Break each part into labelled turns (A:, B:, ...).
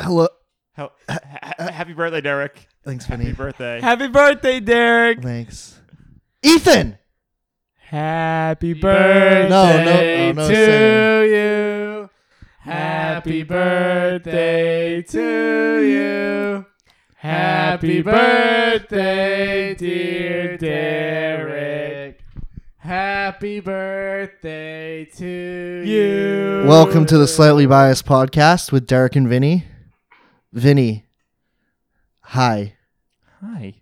A: Hello.
B: How, ha- ha- happy birthday, Derek.
A: Thanks,
B: Happy
A: Vinny.
B: birthday.
C: Happy birthday, Derek.
A: Thanks. Ethan.
C: Happy
B: birthday
C: birthday
A: No, no, no, no
C: to
A: singing.
C: you. Happy birthday to you. Happy birthday, dear Derek. Happy birthday to you.
A: Welcome to the Slightly Biased podcast with Derek and Vinny. Vinny. Hi.
B: Hi.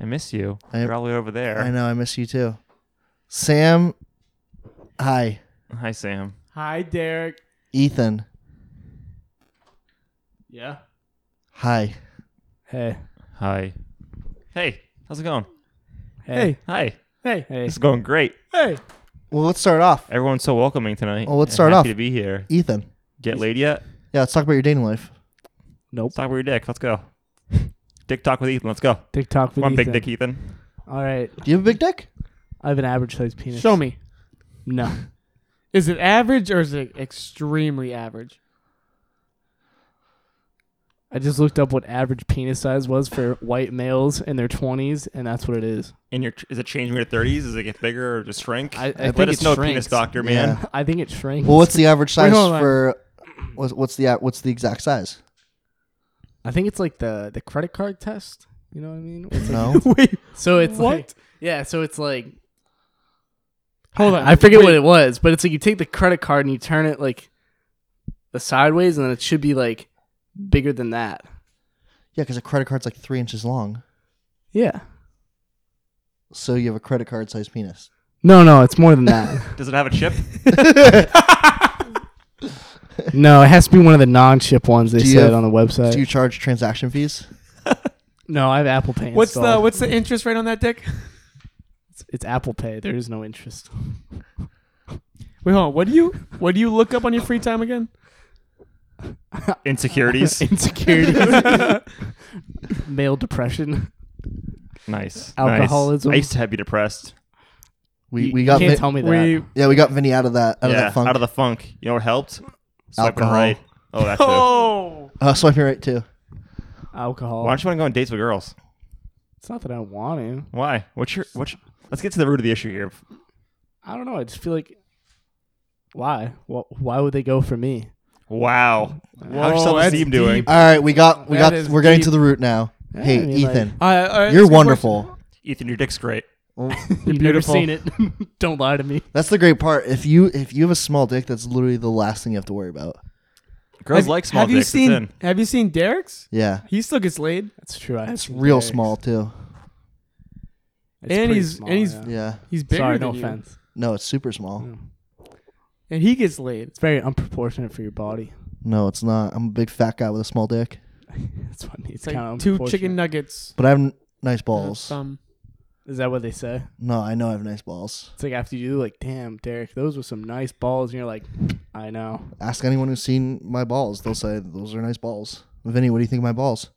B: I miss you.
A: I-
B: You're all the way over there.
A: I know I miss you too. Sam. Hi.
B: Hi, Sam.
C: Hi, Derek.
A: Ethan.
C: Yeah.
A: Hi.
C: Hey.
B: Hi. Hey, how's it going?
C: Hey.
B: Hi.
C: Hey. Hey.
B: This is going great.
C: Hey.
A: Well, let's start off.
B: Everyone's so welcoming tonight.
A: Well, let's
B: I'm
A: start
B: happy
A: off.
B: to be here.
A: Ethan.
B: Get laid yet?
A: Yeah, let's talk about your dating life.
C: Nope.
B: Let's talk about your dick. Let's go. Dick talk with Ethan. Let's go.
C: TikTok with
B: Come on, big
C: Ethan.
B: dick Ethan.
C: All right.
A: Do you have a big dick?
D: I have an average sized penis.
C: Show me.
D: No.
C: Is it average or is it extremely average?
D: I just looked up what average penis size was for white males in their 20s, and that's what it is.
B: And your is it changing your 30s? Does it get bigger or just shrink?
D: I, I
B: Let
D: think
B: us
D: it
B: know,
D: shrinks.
B: penis doctor man.
A: Yeah.
D: I think it shrinks.
A: Well, what's the average
C: Wait,
A: size
C: hold on.
A: for? What's, what's the what's the exact size?
D: I think it's like the, the credit card test. You know what I mean? It's like-
A: No.
C: Wait,
D: so it's
C: What?
D: like. Yeah, so it's like.
C: hold on.
D: I forget
C: Wait,
D: what it was, but it's like you take the credit card and you turn it like the sideways, and then it should be like bigger than that.
A: Yeah, because a credit card's like three inches long,
D: Yeah.
A: so you have a credit card sized penis.
D: No, no, it's more than that.
B: Does it have a chip?
D: no, it has to be one of the non chip ones they
A: Do you
D: said
A: have-
D: on the website.
A: Do you charge transaction fees?
D: no, I have Apple Pay.
C: What's the
D: installed.
C: what's the interest rate on that dick?
D: It's, it's Apple Pay. There is no interest.
C: Wait, hold on. What do you what do you look up on your free time again?
B: Insecurities.
D: Insecurities, male depression,
B: nice.
D: Alcoholism.
B: Nice. I used to have you depressed.
A: We
D: You-
A: we
D: you
A: got
D: can't
A: Vin-
D: tell me that.
C: We
A: yeah we got Vinny out of that out
B: yeah,
A: of that funk.
B: out of the funk. You know what helped? Swiping
A: Alcohol.
B: right. Oh, that too.
C: oh
A: uh, swipe me right too.
D: Alcohol.
B: Why don't you want to go on dates with girls?
D: It's not that I want to.
B: Why? What's your what's? Your, let's get to the root of the issue here.
D: I don't know. I just feel like why? Wh- Why would they go for me?
B: Wow. How's your
C: Whoa,
B: self
C: that's
B: esteem doing?
C: deep.
A: All right, we got we
C: That
A: got
C: is
A: we're getting
C: deep.
A: to the root now.
D: Yeah,
A: hey
D: I mean, like-
A: Ethan,
C: Uh, all right,
A: you're
C: let's go
A: wonderful.
B: Ethan, your dick's great.
D: You've never seen it. don't lie to me.
A: That's the great part. If you if you have a small dick, that's literally the last thing you have to worry about.
B: Girls
C: Have-
B: like small
C: have
B: dicks.
C: You
B: It's
C: seen,
B: in.
C: Have you seen Derek's?
A: Yeah,
C: He still gets laid.
D: That's true. I
A: it's real small too.
C: And he's- and he's-
A: Yeah, Oh.
C: He's bigger
D: Sorry,
C: than
D: no
C: you.
D: offense.
A: no, it's super small.
C: And he gets laid.
D: It's very unproportionate for your body.
A: No, it's not. I'm a big fat guy with a small dick,
D: That's what it's,
C: It's like
D: kind
C: two chicken nuggets.
A: but I have n- nice
C: and a
A: balls.
C: thumb.
D: Is that what they say?
A: No, I know I have nice balls.
D: It's like after you do, like, damn, Derek, those were some nice balls. And you're like, I know.
A: Ask anyone who's seen my balls; they'll say those are nice balls. Vinny, what do you think of my balls?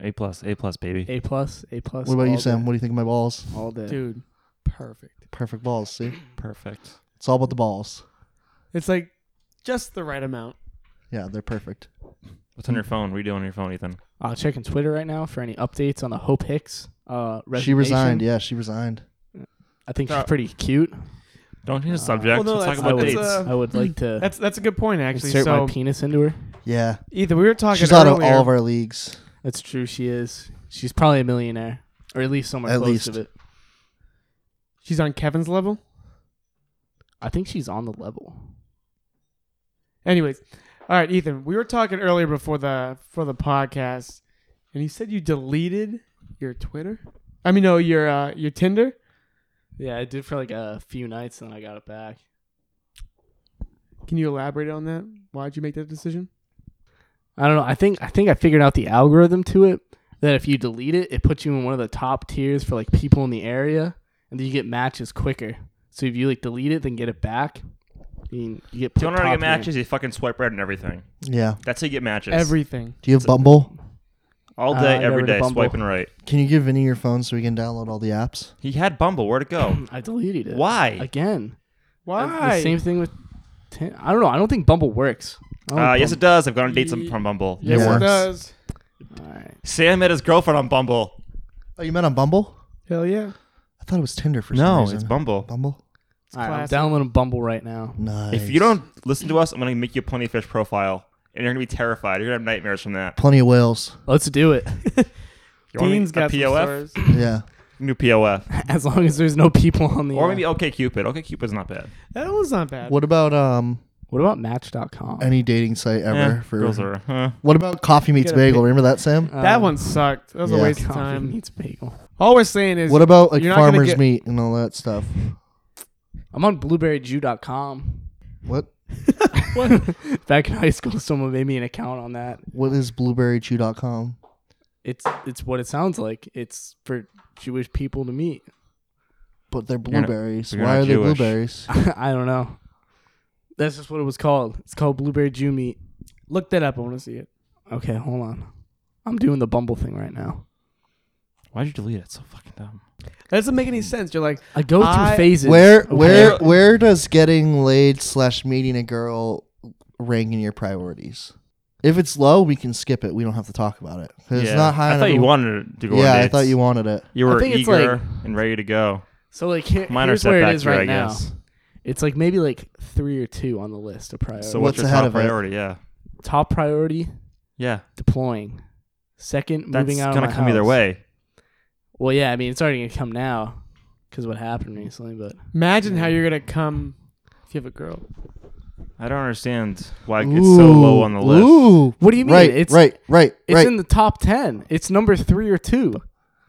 B: A plus, A plus, baby.
D: A plus, A plus.
A: What about you,
D: all
A: Sam?
D: day,
A: What do you think of my balls?
D: All day.
C: Dude, perfect.
A: Perfect balls. See,
B: Perfect.
A: it's all about the balls.
C: It's like just the right amount.
A: Yeah, they're perfect.
B: What's on your phone? What are you doing on your phone, Ethan?
D: Uh, checking Twitter right now for any updates on the Hope Hicks. Uh,
A: She
D: resignation.
A: resigned. Yeah, she resigned.
D: I think
B: Uh,
D: she's pretty cute.
B: Don't change the
D: Uh,
B: subject.
C: well, no,
B: Let's talk
C: that's-
D: I
B: about
D: would,
B: dates.
C: that's, uh,
D: I would like to
C: That's that's a good point actually.
D: insert
C: so
D: my penis into her.
A: Yeah,
C: Ethan, we were talking
A: she's out
C: earlier.
A: of all of our leagues.
D: That's true. She is. She's probably a millionaire, or at least somewhere
A: At
D: close
A: least.
D: to it.
C: she's on Kevin's level.
D: I think she's on the level.
C: Anyways, all right, Ethan, we were talking earlier before the for the podcast, and you said you deleted your Twitter. I mean, no, your uh, your Tinder.
D: Yeah, I did for like a few nights, and then I got it back.
C: Can you elaborate on that? Why did you make that decision?
D: I don't know. I think I think I figured out the algorithm to it that if you delete it, it puts you in one of the top tiers for like people in the area, and then you get matches quicker. So if you like delete it, then get it back, you, can- you get.
B: Do you want to
D: top
B: get
D: tier.
B: matches? You fucking swipe right and everything.
A: Yeah.
B: That's how you get matches.
C: Everything.
A: Do you have Bumble?
B: all
D: Uh,
B: day,
D: I got
B: every
D: rid of
B: day,
D: Bumble.
B: swiping right.
A: Can you give Vinny your phone so we can download all the apps?
B: He had Bumble. Where'd it go?
D: I deleted it.
B: Why?
D: again?
C: Why?
D: The same thing with. Tin- I don't know. I don't think Bumble works. Oh,
B: Uh, yes, it does. I've gone on dates
C: Ye-
B: from Bumble.
A: Yeah.
C: Yes,
A: works.
C: it does.
D: All right.
B: Sam met his girlfriend on Bumble.
A: Oh, you met on Bumble?
C: Hell yeah.
A: I thought it was Tinder for some
B: No,
A: reason.
B: it's Bumble.
A: Bumble.
D: All right, I'm
C: classic.
D: downloading Bumble right now.
A: Nice.
B: If you don't listen to us, I'm gonna make you a plenty of fish profile, and you're gonna be terrified. You're gonna have nightmares from that.
A: plenty of whales.
D: Let's do it.
B: You want me-
C: Dean's
B: a
C: got
B: POF?
C: some stories.
A: Yeah.
B: New POF,
D: As long as there's no people on the.
B: or
D: uh,
B: maybe OK Cupid. OK Cupid's not bad.
C: That one's not bad.
A: What about um
D: What about Match.com?
A: any dating site ever
B: Eh,
A: for
B: girls are. huh.
A: What about Coffee Meets
C: Get a
A: Bagel?
C: pic-
A: Remember that, Sam?
D: Um,
C: that one sucked. That was
A: Yeah.
C: a waste of
D: Coffee
C: time.
D: Meets bagel.
C: All we're saying is
A: What about like
C: you're not gonna
A: farmers
C: get-
A: meat and all that stuff?
D: I'm on BlueberryJew.com.
A: What
D: Back in high school, someone made me an account on that.
A: what is blueberrychew.com?
D: It's it's what it sounds like. It's for Jewish people to meet.
A: But they're
B: not-
A: blueberries.
B: you're
A: Why
B: not
A: are they
B: Jewish.
A: blueberries?
D: I don't know. That's just what it was called. It's called Blueberry Jew Meat.
C: look that up. I want to see it.
D: Okay, hold on. I'm doing the Bumble thing right now.
B: Why'd you delete it? It's so fucking dumb.
C: That doesn't make any sense. You're like,
D: I go through
C: I-
D: phases.
A: Where
D: okay?
A: where where does getting laid slash meeting a girl rank in your priorities? If it's low, we can skip it. We don't have to talk about it. 'Cause It's not high
B: I
A: enough.
B: thought you wanted to go
A: yeah,
B: on
A: I
B: dates.
A: thought you wanted it.
B: You
D: I
B: were
D: think it's
B: eager
D: like-
B: and ready to go.
D: So like here,
B: Minor
D: here's
B: setback
D: where it is
B: here,
D: right
B: I
D: now.
B: guess.
D: It's like maybe like three or two on the list of priority.
B: So
D: So
A: What's
B: what's, your
A: ahead
B: top
A: of it?
B: priority? Yeah,
D: top priority
B: yeah.
D: deploying. Second,
B: That's
D: moving out.
B: gonna
D: of my
B: come either
D: house.
B: way.
D: Well, yeah, I mean it's already gonna come now because what happened recently. But
C: imagine how you're gonna come if you have a girl.
B: I don't understand why it's so low on the list.
A: Ooh.
D: what do you mean?
A: Right,
D: it's
A: right, right,
D: It's
A: right.
D: in the top ten. It's number three or two.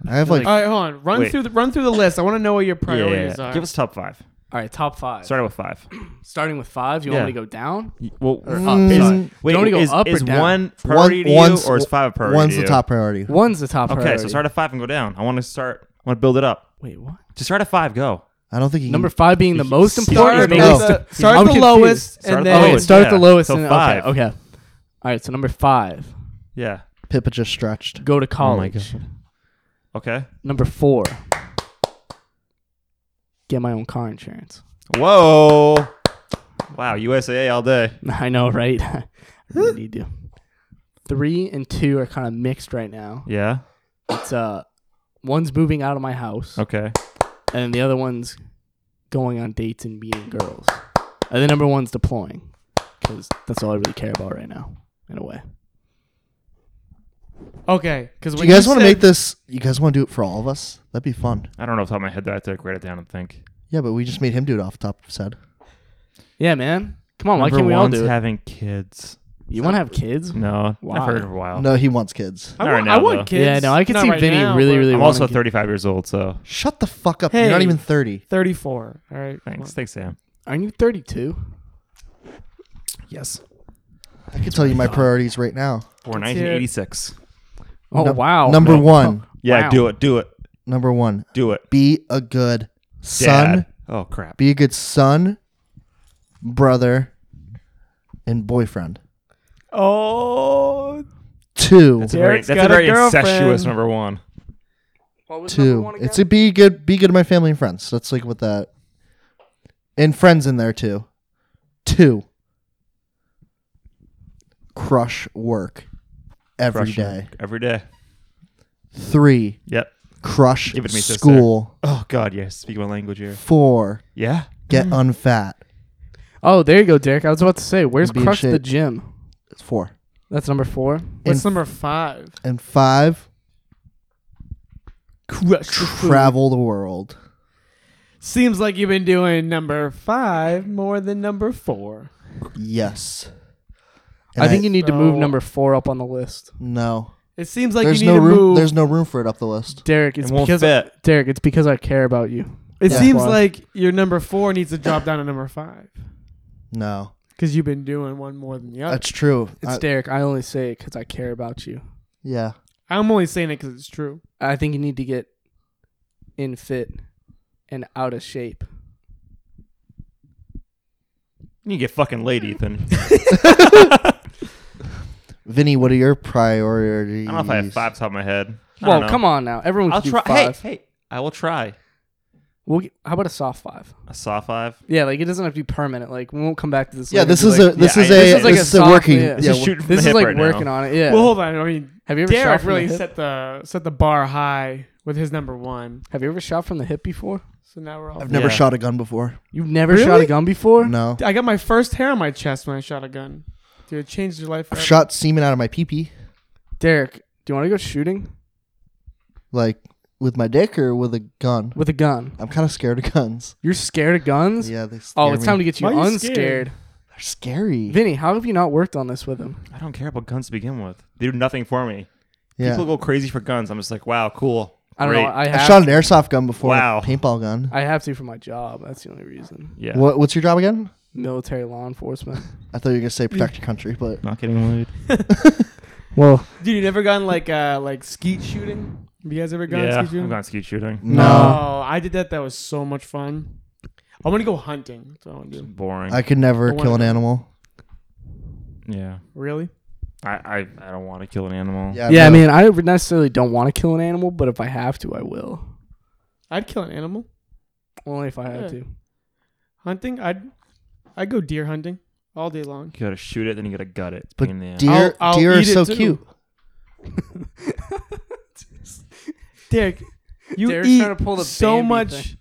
A: I have like
C: All right, hold on. Run
B: Wait.
C: through the run through the list. I want to know what your
B: Yeah, yeah,
C: priorities
B: yeah.
C: are.
B: Give us top five.
D: All right, top five.
B: Starting with five.
D: Starting with five. You
B: Yeah.
D: want me to go down?
B: Y- Well,
D: Or
B: uh,
D: up?
A: Mm.
D: Sorry.
A: You
B: wait,
D: want me to go
B: is,
D: up or
B: is
D: down?
B: one
A: one-
B: priority to you,
A: one's-
B: or is five a priority?
A: one's
B: to
A: the
B: you?
A: top priority.
D: One's the top.
B: Okay,
D: priority.
B: so start at five and go down. I want to start. I want to build it up.
D: Wait, what?
B: Just start at five. Go.
A: I don't think you
D: Number
A: Can,
D: five being the
B: You
D: most
B: start
D: important. or
B: at
D: the
B: the-
D: least-
C: start at
D: I'm
C: the
D: confused.
C: lowest
B: Start at
C: and
B: the
D: Oh,
C: then
D: wait,
B: lowest.
D: start at
B: yeah.
D: the lowest.
B: So
D: and,
B: five.
D: Okay, okay. All right, so number five,
B: Yeah.
A: Pippa just stretched.
D: go to college.
B: Okay.
D: Number four, get my own car insurance.
B: Whoa. Wow. USA all day.
D: I know, right? I really need to. Three and two are kind of mixed right now.
B: Yeah.
D: It's uh, one's moving out of my house,
B: Okay.
D: and then the other one's going on dates and meeting girls. And then number one's deploying, because that's all I really care about right now, in a way.
C: okay. Because
A: Do you guys want to make this? You guys want to do it for all of us? That'd be fun.
B: I don't know off the top of my head that I have to write it down and think.
A: Yeah, but we just made him do it off the top of his head.
D: Yeah, man. Come on, why
B: Number
D: can't we all
B: one's
D: do it?
B: having kids.
D: you want to have kids?
B: No.
D: Why?
B: I've heard it for a while.
A: No, he wants kids.
C: I
B: Not
C: want,
B: right
C: I
B: now,
C: want
B: though.
C: kids.
D: Yeah, no, I could
C: Not
D: see
C: right
D: Vinny
C: now,
D: really,
C: but-
D: really-
B: I'm
D: wanna
B: also
D: get-
B: 35 years old, so
A: Shut the fuck up. You're not
C: Hey.
A: even 30.
C: 34. All right.
B: thanks. Thanks, Sam.
D: Aren't you 32?
B: Yes.
A: I can tell you my priorities right now.
B: Born
C: Let's hear it.
B: 1986.
D: Oh,
A: Num-
D: wow.
A: Number one.
B: Yeah.
D: Wow.
B: Do it. Do it.
A: Number one.
B: Do it.
A: Be a good son.
B: Dad. Oh crap.
A: Be a good son, brother, and boyfriend.
C: Oh,
A: Two.
B: That's a very,
C: Derek's
B: that's a
C: got a
B: very
C: girlfriend.
B: incestuous number one.
A: two. It's a be good, be good to my family and friends. That's like what that, and friends in there too. Two. Crush work every day.
B: Crush it. Every day.
A: Three.
B: Yep.
A: Crush
B: Give it to me, sister.
A: school.
B: Oh God, yeah. Speak my language here.
A: Four.
B: Yeah.
A: Get unfat.
D: oh, there you go, Derek. I was about to say, where's
A: Be in
D: Crush the
A: shape.
D: Gym?
A: It's four.
D: That's number four.
C: what's
A: And-
C: number five?
A: And five.
C: Crush.
A: Travel the world.
C: Seems like you've been doing number five more than number four.
A: Yes.
D: I think you need to move
C: So-
D: number four up on the list.
A: no.
C: It seems like
A: there's
C: you need
A: no
C: to
A: room.
C: move.
A: There's no room for it up the list.
D: Derek, it's
B: It won't
D: because
B: fit.
D: Derek, it's because I care about you.
C: it
A: Yeah.
C: seems
D: Why?
C: like your number four needs to drop down to number five
A: No,
C: because you've been doing one more than the other.
A: that's true.
D: It's
A: I-
D: Derek. I only say it because I care about you.
A: yeah.
C: I'm only saying it because it's true.
D: I think you need to get in fit and out of shape.
B: You can get fucking late, Ethan. I
A: Vinny, what are your priorities?
B: don't know if I have five top of my head. I
D: Well,
B: don't know.
D: come on now. Everyone
B: I'll
D: can do
B: try.
D: five.
B: Hey, hey, I will try.
D: We'll get, how about a soft five?
B: A saw five.
D: Yeah, like it doesn't have to be permanent. Like we won't come back to this.
A: Yeah,
D: later,
A: this
D: but,
A: is
D: like,
A: a this
B: yeah,
A: is
B: I-
A: a
B: this
D: is like
A: this
D: a
A: is a
D: soft-
A: working.
D: yeah.
B: This
A: Yeah,
B: is shooting from
D: This
B: the
D: is
B: hip
D: like
B: right
D: working
B: now.
D: on it. Yeah.
C: Well, hold on. I mean,
D: have you ever shot
C: Derek
D: from the
C: really
D: hip?
C: set the set the bar high with his number one.
D: Have you ever shot from the hip before?
C: So now we're all.
A: I've never
B: Yeah.
A: shot a gun before.
D: You've never shot a
C: Really?
D: gun before?
A: No,
C: I got my first hair on my chest when I shot a gun. Dude, it changed your life.
A: I've
C: forever.
A: shot semen out of my pee pee,
D: Derek, do you want to go shooting
A: like with my dick or with a gun.
D: with a gun?
A: I'm kind of scared of guns.
D: You're scared of guns?
A: Yeah, they scare
D: Oh, it's
A: me.
D: time to get you
C: Why are you
D: unscared.
C: scared?
A: They're scary.
D: Vinny, how have you not worked on this with him?
B: I don't care about guns to begin with. They do nothing for me.
A: yeah,
B: People go crazy for guns. I'm just like, wow, cool.
D: I don't know.
B: Great.
D: I
A: I
D: have
A: shot an airsoft gun before.
B: Wow.
A: a paintball gun.
D: I have to for my job. That's the only reason.
B: Yeah.
A: What, what's your job again?
D: Military law enforcement.
A: I thought you were gonna say protect your country, but
B: Not getting laid.
D: Well,
C: Dude, you never gone like uh like skeet shooting? Have you guys ever gone
B: yeah,
C: skeet shooting?
B: I'm going skeet shooting.
A: no,
C: Oh, I did that. That was so much fun. I want to go hunting. That's what I want to do.
B: Boring.
A: I could never
C: I wanna-
A: kill an animal.
B: yeah.
C: Really?
B: I, I, I don't want to kill an animal.
D: yeah, I
A: but
D: mean, I necessarily don't want to kill an animal, but if I have to, I will.
C: I'd kill an animal.
D: Only if I
C: Yeah.
D: have to.
C: Hunting? I'd I'd go deer hunting all day long.
B: You gotta shoot it, then you gotta gut it.
A: But
B: Pain in the ass.
A: deer,
C: I'll- I'll
A: deer are
C: eat it
A: so
C: too.
A: cute.
C: Derek, you
D: Derek's
C: eat
D: trying to pull the
C: so
D: Bambi
C: much
D: thing.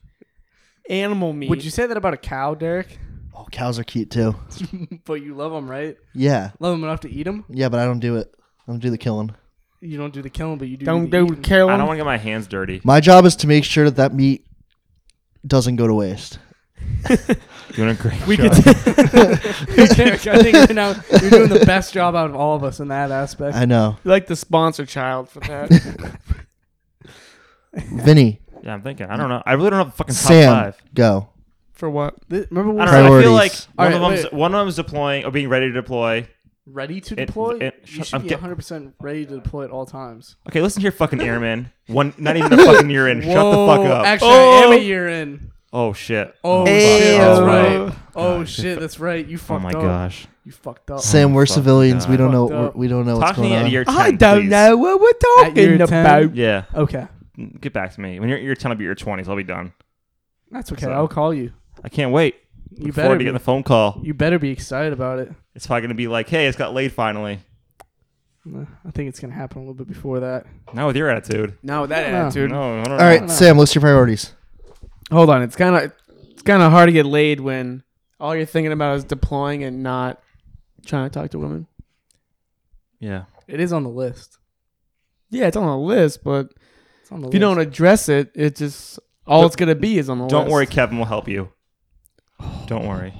C: animal meat.
D: Would you say that about a cow, Derek?
A: Oh, cows are cute too.
D: but you love them, right?
A: Yeah,
D: Love them enough to eat them.
A: yeah, but I don't do it. I don't do the killing.
D: You don't do the killing, but you do.
C: don't
D: the
C: go
D: eating.
C: kill
B: I don't
C: them?
B: want to get my hands dirty.
A: My job is to make sure that that meat doesn't go to waste.
B: Doing a great
C: We
B: job.
C: could.
D: Derek, I think right now you're doing the best job out of all of us in that aspect.
A: I know,
C: like the sponsor child for that.
A: Vinny,
B: yeah, I'm thinking. I don't know. I really don't have a fucking top
A: Sam,
B: five.
A: go.
C: for what?
D: Thi- remember
B: I don't
D: when we
B: know. I
A: Priorities.
B: feel like one,
D: Alright,
B: of them's,
D: wait.
B: one of them's deploying or being ready to deploy.
D: said ready to
B: It-
D: deploy?
B: it-
D: you
B: I'm
D: should be
B: get-
D: 100 percent ready to deploy at all times.
B: Okay, listen here, fucking airman. One, not even a fucking year in. Shut the fuck
D: Whoa,
B: up.
D: Actually, I am
B: oh.
D: a year in.
B: Oh, shit.
D: Oh
B: fuck.
D: shit, that's
B: Oh,
D: right. Oh
B: Gosh.
D: shit, that's right. You fucked
B: Oh my
D: up.
B: gosh.
D: You fucked up.
A: Sam, we're
B: fuck,
A: civilians. We
B: God.
A: don't know.
D: Fucked
A: we're-
D: up.
A: We don't know what's
B: Talk to
A: going
B: me at
A: on.
B: year 10. please.
C: what we're
D: At year 10?
B: Yeah,
D: Okay,
B: get back to me. When you're at year 10, I'll be at year 20s. I'll be done.
D: that's okay.
B: So-
D: I'll call you.
B: I can't wait.
D: You
B: Look
D: better
B: forward to
D: be,
B: getting the phone call.
D: you better be excited about it.
B: It's probably going to be like, hey, it's got laid finally.
D: No, I think it's gonna happen a little bit before that.
B: Not with your attitude.
C: No, that
D: No.
C: attitude.
B: No, I don't
A: All
B: know.
A: right, Sam, list your priorities.
C: Hold on, it's kind of it's kind of hard to get laid when all you're thinking about is deploying and not trying to talk to women.
B: Yeah.
D: It is on the list.
C: Yeah, it's on the list, but
D: It's on the
C: if
D: list.
C: you don't address it, it just all it's gonna be is on the
B: Don't
C: list.
B: worry, Kevin will help you. Don't worry.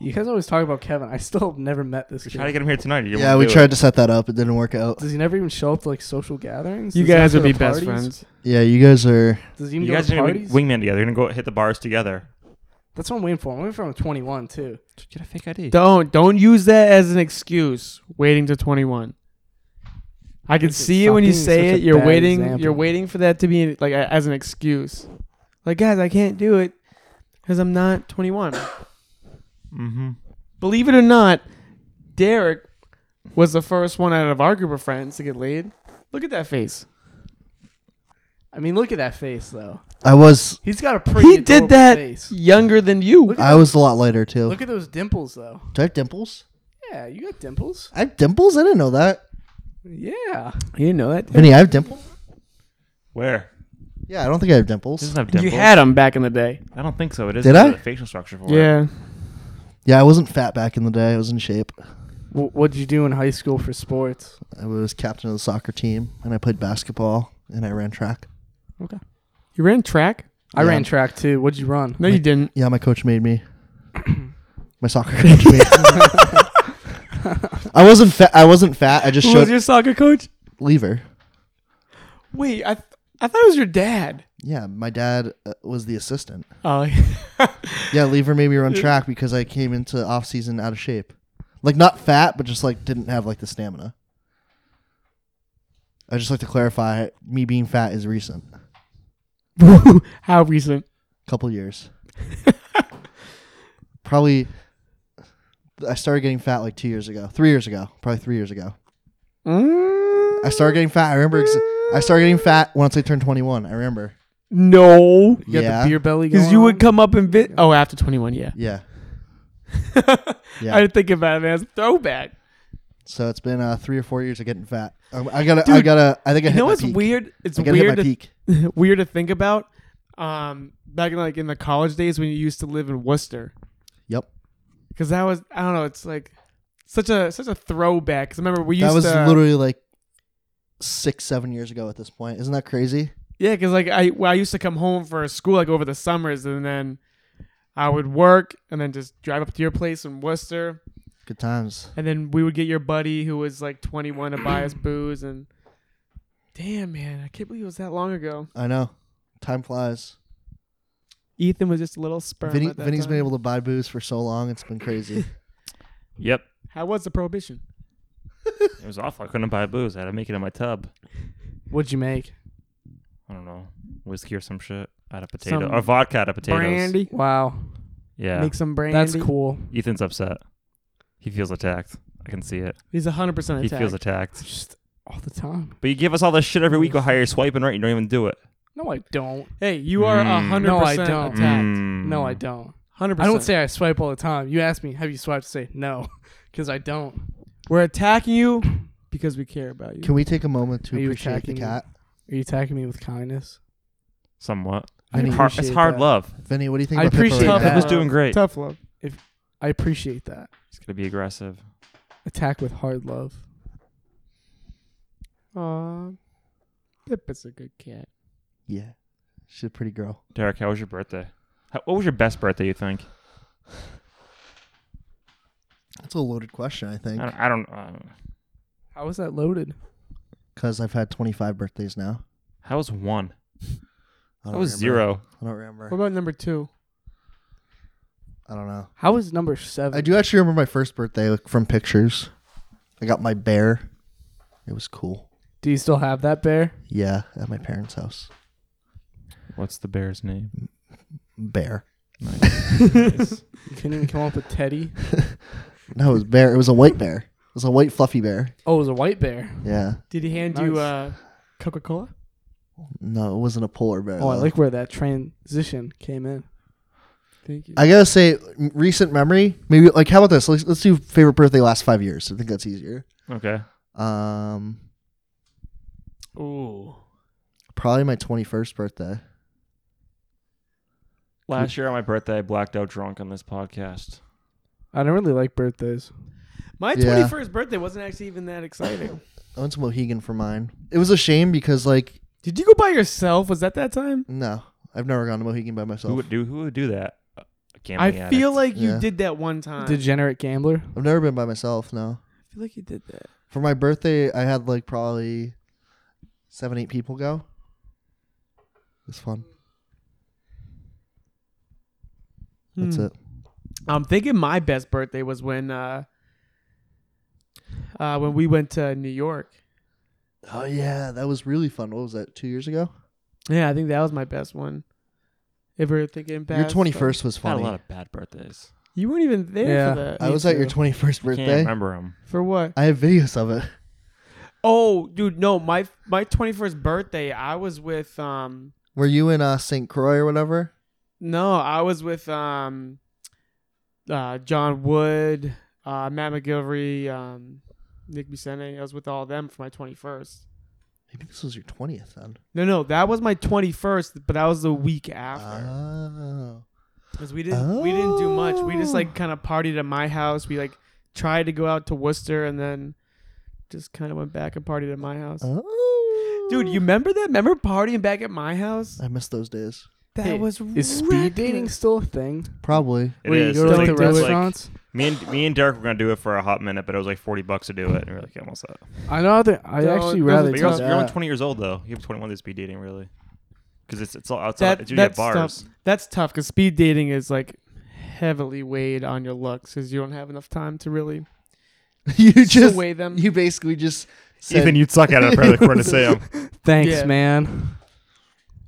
D: you guys always talk about Kevin. I still have never met this
B: We tried to
D: kid.
B: get him here tonight. You
A: Yeah,
B: won't
A: we
B: do
A: tried to set that up. It didn't work out.
D: Does he never even show up to like social gatherings?
C: You
D: Does he
C: guys
D: not
C: would
D: go
C: be
D: to parties?
C: best friends.
A: Yeah, you guys are.
D: Does he
B: It.
D: even
B: You
D: go
B: guys
D: to
B: are going to
D: parties?
B: wingman together. You're going to go hit the bars together.
D: That's what I'm waiting for. I'm waiting for him at 21 too.
B: Get a fake ID.
C: Don't don't use that as an excuse. Waiting to 21. I can
D: This is
C: see it when you
D: fucking
C: say
D: such a
C: it. You're
D: bad
C: waiting.
D: example.
C: You're waiting for that to be like a, as an excuse. Like guys, I can't do it because I'm not 21.
B: Mm-hmm.
C: Believe it or not, Derek was the first one out of our group of friends to get laid. Look at that face.
D: I mean, look at that face though.
A: I was.
D: He's got a pretty.
C: he did
D: adorable
C: that
D: Face.
C: younger than you.
A: I was a lot lighter too.
D: Look at those dimples though.
A: Do I have dimples?
D: Yeah, you got dimples.
A: I have dimples. I didn't know that.
D: Yeah.
C: You didn't know that.
A: Vinny, I have dimples.
B: Where?
A: Yeah, I don't think I have
B: He
A: dimples.
B: doesn't have dimples.
C: You had them back in the day.
B: I don't think so. It is
A: Did I?
B: the facial structure for it.
C: Yeah.
A: Yeah, I wasn't fat back in the day. I was in shape.
D: What would you do in high school for sports?
A: I was captain of the soccer team, and I played basketball, and I ran track.
C: You ran track?
D: I
A: Yeah.
D: ran track too. What'd you run?
C: No, you didn't.
A: Yeah, my coach made me. My soccer coach made. I wasn't fat. I wasn't fat. I just
C: Who was
A: showed
C: your soccer coach?
A: lever.
C: Wait, I th- I thought it was your dad.
A: Yeah, my dad uh, was the assistant.
C: Oh,
A: Yeah, lever made me run track because I came into off season out of shape, like not fat, but just like didn't have like the stamina. I just like to clarify: me being fat is recent,
C: how recent?
A: couple years. probably, I started getting fat like two years ago, three years ago, probably three years ago. I started getting fat. I remember. Ex- I started getting fat once I turned 21. I remember.
C: No.
D: You got
A: Yeah.
D: the beer belly going.
C: Because you would
D: on?
C: come up and vi- oh after twenty one, yeah.
A: Yeah.
C: I
A: Yeah.
C: didn't think about it, man. It's a throwback.
A: so it's been uh, three or four years of getting fat. Um, I gotta. I
C: Dude,
A: gotta. I think I
C: You
A: hit
C: know
A: my
C: what's
A: peak.
C: weird? It's
A: I gotta hit
C: weird
A: my
C: to,
A: peak.
C: weird to think about. Um, back in like in the college days when you used to live in Worcester,
A: Yep.
C: because that was I don't know. It's like such a such a throwback. 'Cause remember we used
A: That was
C: to
A: literally like six, seven years ago at this point. Isn't that crazy?
C: Yeah, because like I well, I used to come home for school like over the summers, and then I would work, and then just drive up to your place in Worcester,
A: Good times.
C: and then we would get your buddy who was like 21 to buy us booze, and damn man, I can't believe it was that long ago.
A: I know. Time flies.
C: Ethan was just a little sperm.
A: Vinny,
C: at that
A: Vinny's
C: time.
A: been able to buy booze for so long. It's been crazy.
B: Yep.
C: How was the prohibition?
B: It was awful. I couldn't buy booze. I had to make it in my tub.
D: What'd you make?
B: I don't know. Whiskey or some shit. Out of potato.
C: Some
B: or vodka out of potatoes.
C: Brandy.
D: Wow,
B: Yeah.
C: Make some brandy.
D: that's cool.
B: Ethan's upset. He feels attacked. I can see it.
C: He's 100 percent
B: He
C: attacked.
B: feels attacked.
D: Just all the time.
B: But you give us all this shit every week with how you're swiping right. You don't even do it.
D: No, I don't.
C: hey, you are
B: Mm.
C: 100
D: No, I
C: percent
D: don't.
C: attacked.
B: Mm.
D: No,
C: Hmm.
D: I don't.
C: 100.
D: I don't say I swipe all the time. You ask me, have you swiped? I say no, because I don't.
C: we're attacking you because we care about you.
A: Can we take a moment to
D: Are you
A: appreciate the
D: attacking me?
A: cat?
D: Are you attacking me with kindness?
B: Somewhat.
D: I
A: Vinny,
B: Har- it's
D: appreciate
B: hard
D: that.
B: love.
A: Vinny, what do you think
D: I
A: about
D: appreciate
A: Pippa right
C: Tough
B: Tough
A: now?
C: love.
B: is doing great.
C: Tough love.
D: I appreciate that.
B: He's gonna be aggressive.
D: Attack with hard love.
C: Aw, Pip is a good cat.
A: Yeah. She's a pretty girl.
B: Derek, how was your birthday? How, what was your best birthday? You think?
A: That's a loaded question, I
B: I
A: think,
B: don't. I don't, uh, I don't know.
D: How is that loaded?
A: because I've had 25 birthdays now.
B: How was one?
A: I
B: How
A: don't
B: was
A: remember.
B: zero?
A: I don't remember.
C: What about number two?
A: I don't know.
D: How is number seven?
A: I do actually remember my first birthday like, from pictures. I got my bear. It was cool.
D: Do you still have that bear?
A: Yeah, at my parents' house.
B: What's the bear's name?
A: Bear.
B: Nice.
D: You couldn't even come up with Teddy.
A: No, it was bear. It was a white bear. It was a white fluffy bear.
D: Oh, it was a white bear.
A: Yeah.
C: Did he hand you uh, Coca Cola?
A: No, it wasn't a polar bear.
D: Oh, I
A: though.
D: like where that transition came in.
C: Thank you.
A: I gotta say, m- recent memory. Maybe like how about this? Let's, let's do favorite birthday last five years. I think that's easier.
B: okay.
A: Um,
C: Ooh.
A: probably my twenty first birthday.
B: Last year on my birthday, I blacked out drunk on this podcast.
D: I don't really like birthdays.
C: My
A: Yeah.
C: 21st birthday wasn't actually even that exciting.
A: I went to Mohegan for mine. It was a shame because like
C: Did you go by yourself? Was that that time?
A: no, I've never gone to Mohegan by myself.
B: Who would do? Who would do that? A
C: I
B: gambling
C: feel
B: addict.
C: like you
A: Yeah.
C: did that one time.
D: Degenerate gambler.
A: I've never been by myself. No.
C: I feel like you did that.
A: For my birthday, I had like probably seven, eight people go. It was fun. That's
C: Hmm.
A: it.
C: I'm thinking my best birthday was when uh, uh, when we went to New York.
A: Oh yeah, that was really fun. What was that? Two years ago.
C: Yeah, I think that was my best one. Ever thinking back?
A: your twenty first was
B: I had a
A: funny.
B: lot of bad birthdays.
C: You weren't even there
D: Yeah.
C: for that.
A: I was at your
D: too.
A: twenty first
B: Can't
A: birthday.
B: remember them.
C: for what?
A: I have videos of it.
C: Oh, dude, no, my my twenty first birthday, I was with um
A: Were you in uh, St. Croix or whatever?
C: no, I was with um uh John Wood, uh Matt McGilvery, um Nick Buscene. I was with all of them for my twenty first.
A: Maybe this was your twentieth then.
C: No, no, that was my twenty first, but that was the week after.
A: Oh,
C: Because we didn't we didn't do much. We just like kind of partied at my house. We like tried to go out to Worcester and then just kind of went back and partied at my house.
A: oh,
C: Dude, you remember that? Remember partying back at my house?
A: I miss those days.
C: That
D: Hey,
C: was
D: Is speed dating
C: reckless.
D: still a thing?
A: Probably.
B: It
D: Where
B: is.
D: you go to like the
B: Like, that's like-
D: restaurants?
B: Me and me and Derek were gonna do it for a hot minute, but it was like forty bucks to do it, and we are like, yeah, I'm all set.
D: I know that I
C: Don't-
D: actually
C: those
D: rather
B: But
C: are It's
B: you're,
D: do
C: not
B: also, you're only
D: that.
B: twenty years old though. You have twenty one to speed dating really, because it's it's all outside.
C: That-
B: it's usually at
C: that's
B: bars.
C: tough. That's tough because speed dating is like heavily weighed on your looks because you don't have enough time to really
A: you just
C: weigh
D: um,
C: them.
A: you basically just said,
B: Ethan, you'd suck at it. Probably according to Sam.
D: Thanks,
C: Yeah.
D: man.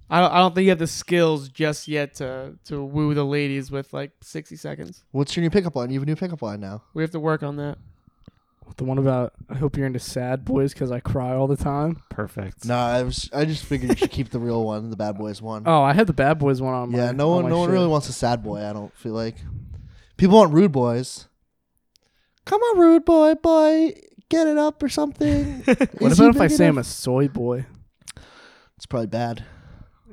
C: I don't, I don't think you have the skills just yet to to woo the ladies with like sixty seconds.
A: "What's your new pickup line? You have a new pickup line now."
C: We have to work on that.
D: The one about I hope you're into sad boys because I cry all the time.
B: Perfect.
A: No, I was. I just figured you should keep the real one, the bad boys one.
D: Oh, I had the bad boys one on.
A: yeah,
D: my-
A: no
D: on
A: one,
D: my
A: no one
D: shit.
A: really wants a sad boy. I don't feel like people want rude boys. Come on, rude boy, boy, get it up or something.
D: What about if I say I'm a soy boy?
A: It's probably bad.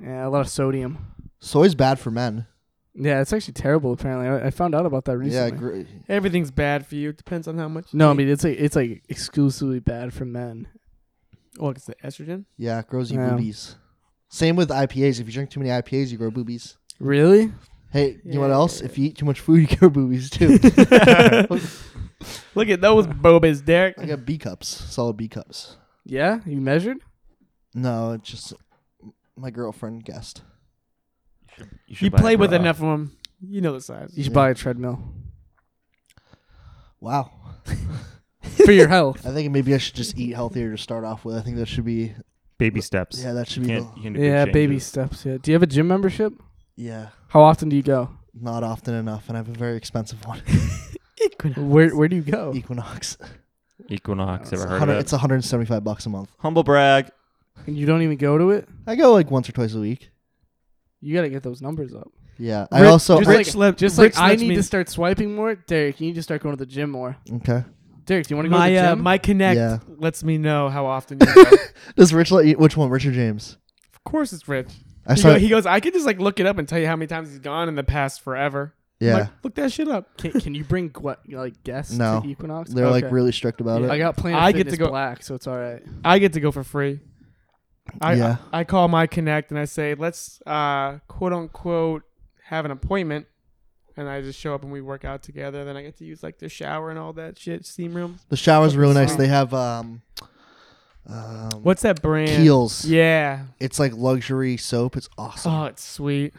D: Yeah, a lot of sodium.
A: Soy's bad for men.
D: Yeah, it's actually terrible. Apparently, I, I found out about that
A: Yeah, I
D: recently.
A: agree.
C: Everything's bad for you. Depends on how much. you
D: No, I
C: take.
D: mean it's like it's like exclusively bad for men.
C: oh, it's the estrogen.
A: Yeah, it grows you
D: Yeah.
A: boobies. Same with IPAs. If you drink too many IPAs, you grow boobies.
D: Really?
A: Hey, you know what
C: Yeah.
A: else? If you eat too much food, you grow boobies too.
C: Look at those bobas, Derek.
A: I got B cups, solid B cups.
D: Yeah, you measured?
A: No, it's just my girlfriend guessed.
B: should
C: You
B: buy a
C: play with
B: bra.
C: enough of them. You know the size.
D: You should
A: Yeah.
D: buy a treadmill
A: Wow.
D: for your health.
A: I think maybe I should just eat healthier to start off with. I think that should be
B: baby steps.
A: yeah, that should
B: You
A: be
B: can't-
A: the-
B: you can do big
D: yeah, baby
B: changes.
D: steps. Yeah. Do you have a gym membership?
A: yeah,
D: How often do you go?
A: not often enough and I have a very expensive one.
D: Where Where do you go?
A: Equinox.
B: Equinox. Ever heard of
A: 100,
B: it?
A: it's 175 bucks a month.
B: Humble brag.
D: And you don't even go to it.
A: I go like once or twice a week.
D: You gotta get those numbers up.
A: Yeah. I
C: Rich-
A: also
C: just
A: I-
C: like, left,
D: Just like I need to start swiping more, Derek. You need to start going to the gym more.
A: okay.
D: Derek, do you want to go
C: my
D: to the
C: uh,
D: gym?
C: my connect
A: Yeah.
C: lets me know how often. You go. of
A: Does Rich let you, which one? Richard James.
C: course, it's Rich.
A: I
C: he,
A: saw
C: go- he goes. I could just like look it up and tell you how many times he's gone in the past forever. I'm
A: yeah.
C: like, look that shit up.
D: can, can you bring gu- like guests
A: No.
D: to Equinox?
A: They're like
D: Okay.
A: really strict about
C: Yeah.
A: it.
D: I got Planet
C: I
D: I
C: get to
D: Fitness
C: go-
D: Black, so it's all right.
C: I get to go for free. I,
A: Yeah.
C: I, I call my connect and I say, let's uh, quote unquote have an appointment. And I just show up and we work out together. Then I get to use like the shower and all that shit, steam room.
A: The shower's really nice.
C: Wow.
A: They have um, um
C: What's that brand?
A: Kiehl's.
C: Yeah.
A: It's like luxury soap. It's awesome.
C: Oh, it's sweet.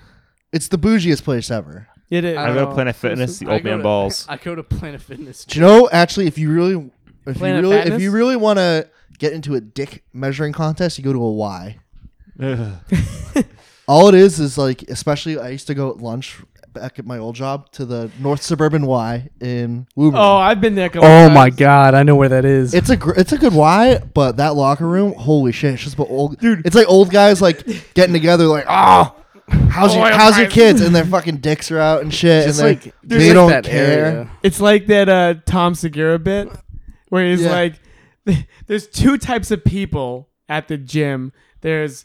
A: it's the bougiest place ever.
C: It is.
D: I
B: I
D: don't
B: go
D: know.
B: to Planet Fitness. The old man balls.
D: I go to Planet Fitness.
A: Do you know actually if you really if
C: Planet
A: you really
C: Fatness?
A: if you really want to get into a dick measuring contest, you go to a Y.
B: Ugh.
A: All it is is like especially I used to go at lunch back at my old job to the North Suburban Y in Woburn.
C: Oh, I've been there. a couple
D: Oh my
C: times.
D: god, I know where that is.
A: It's a gr- it's a good why, but that locker room, holy shit, it's just about old dude. It's like old guys like getting together, like oh, how's your
C: Oil
A: how's your
C: price."
A: kids, and their fucking dicks are out and shit,
D: Just
A: and
D: like-
A: like,
D: there's
A: they
D: like
A: don't
D: that
A: care.
D: area.
C: It's like that uh, Tom Segura bit where he's
A: Yeah.
C: like, there's two types of people at the gym. There's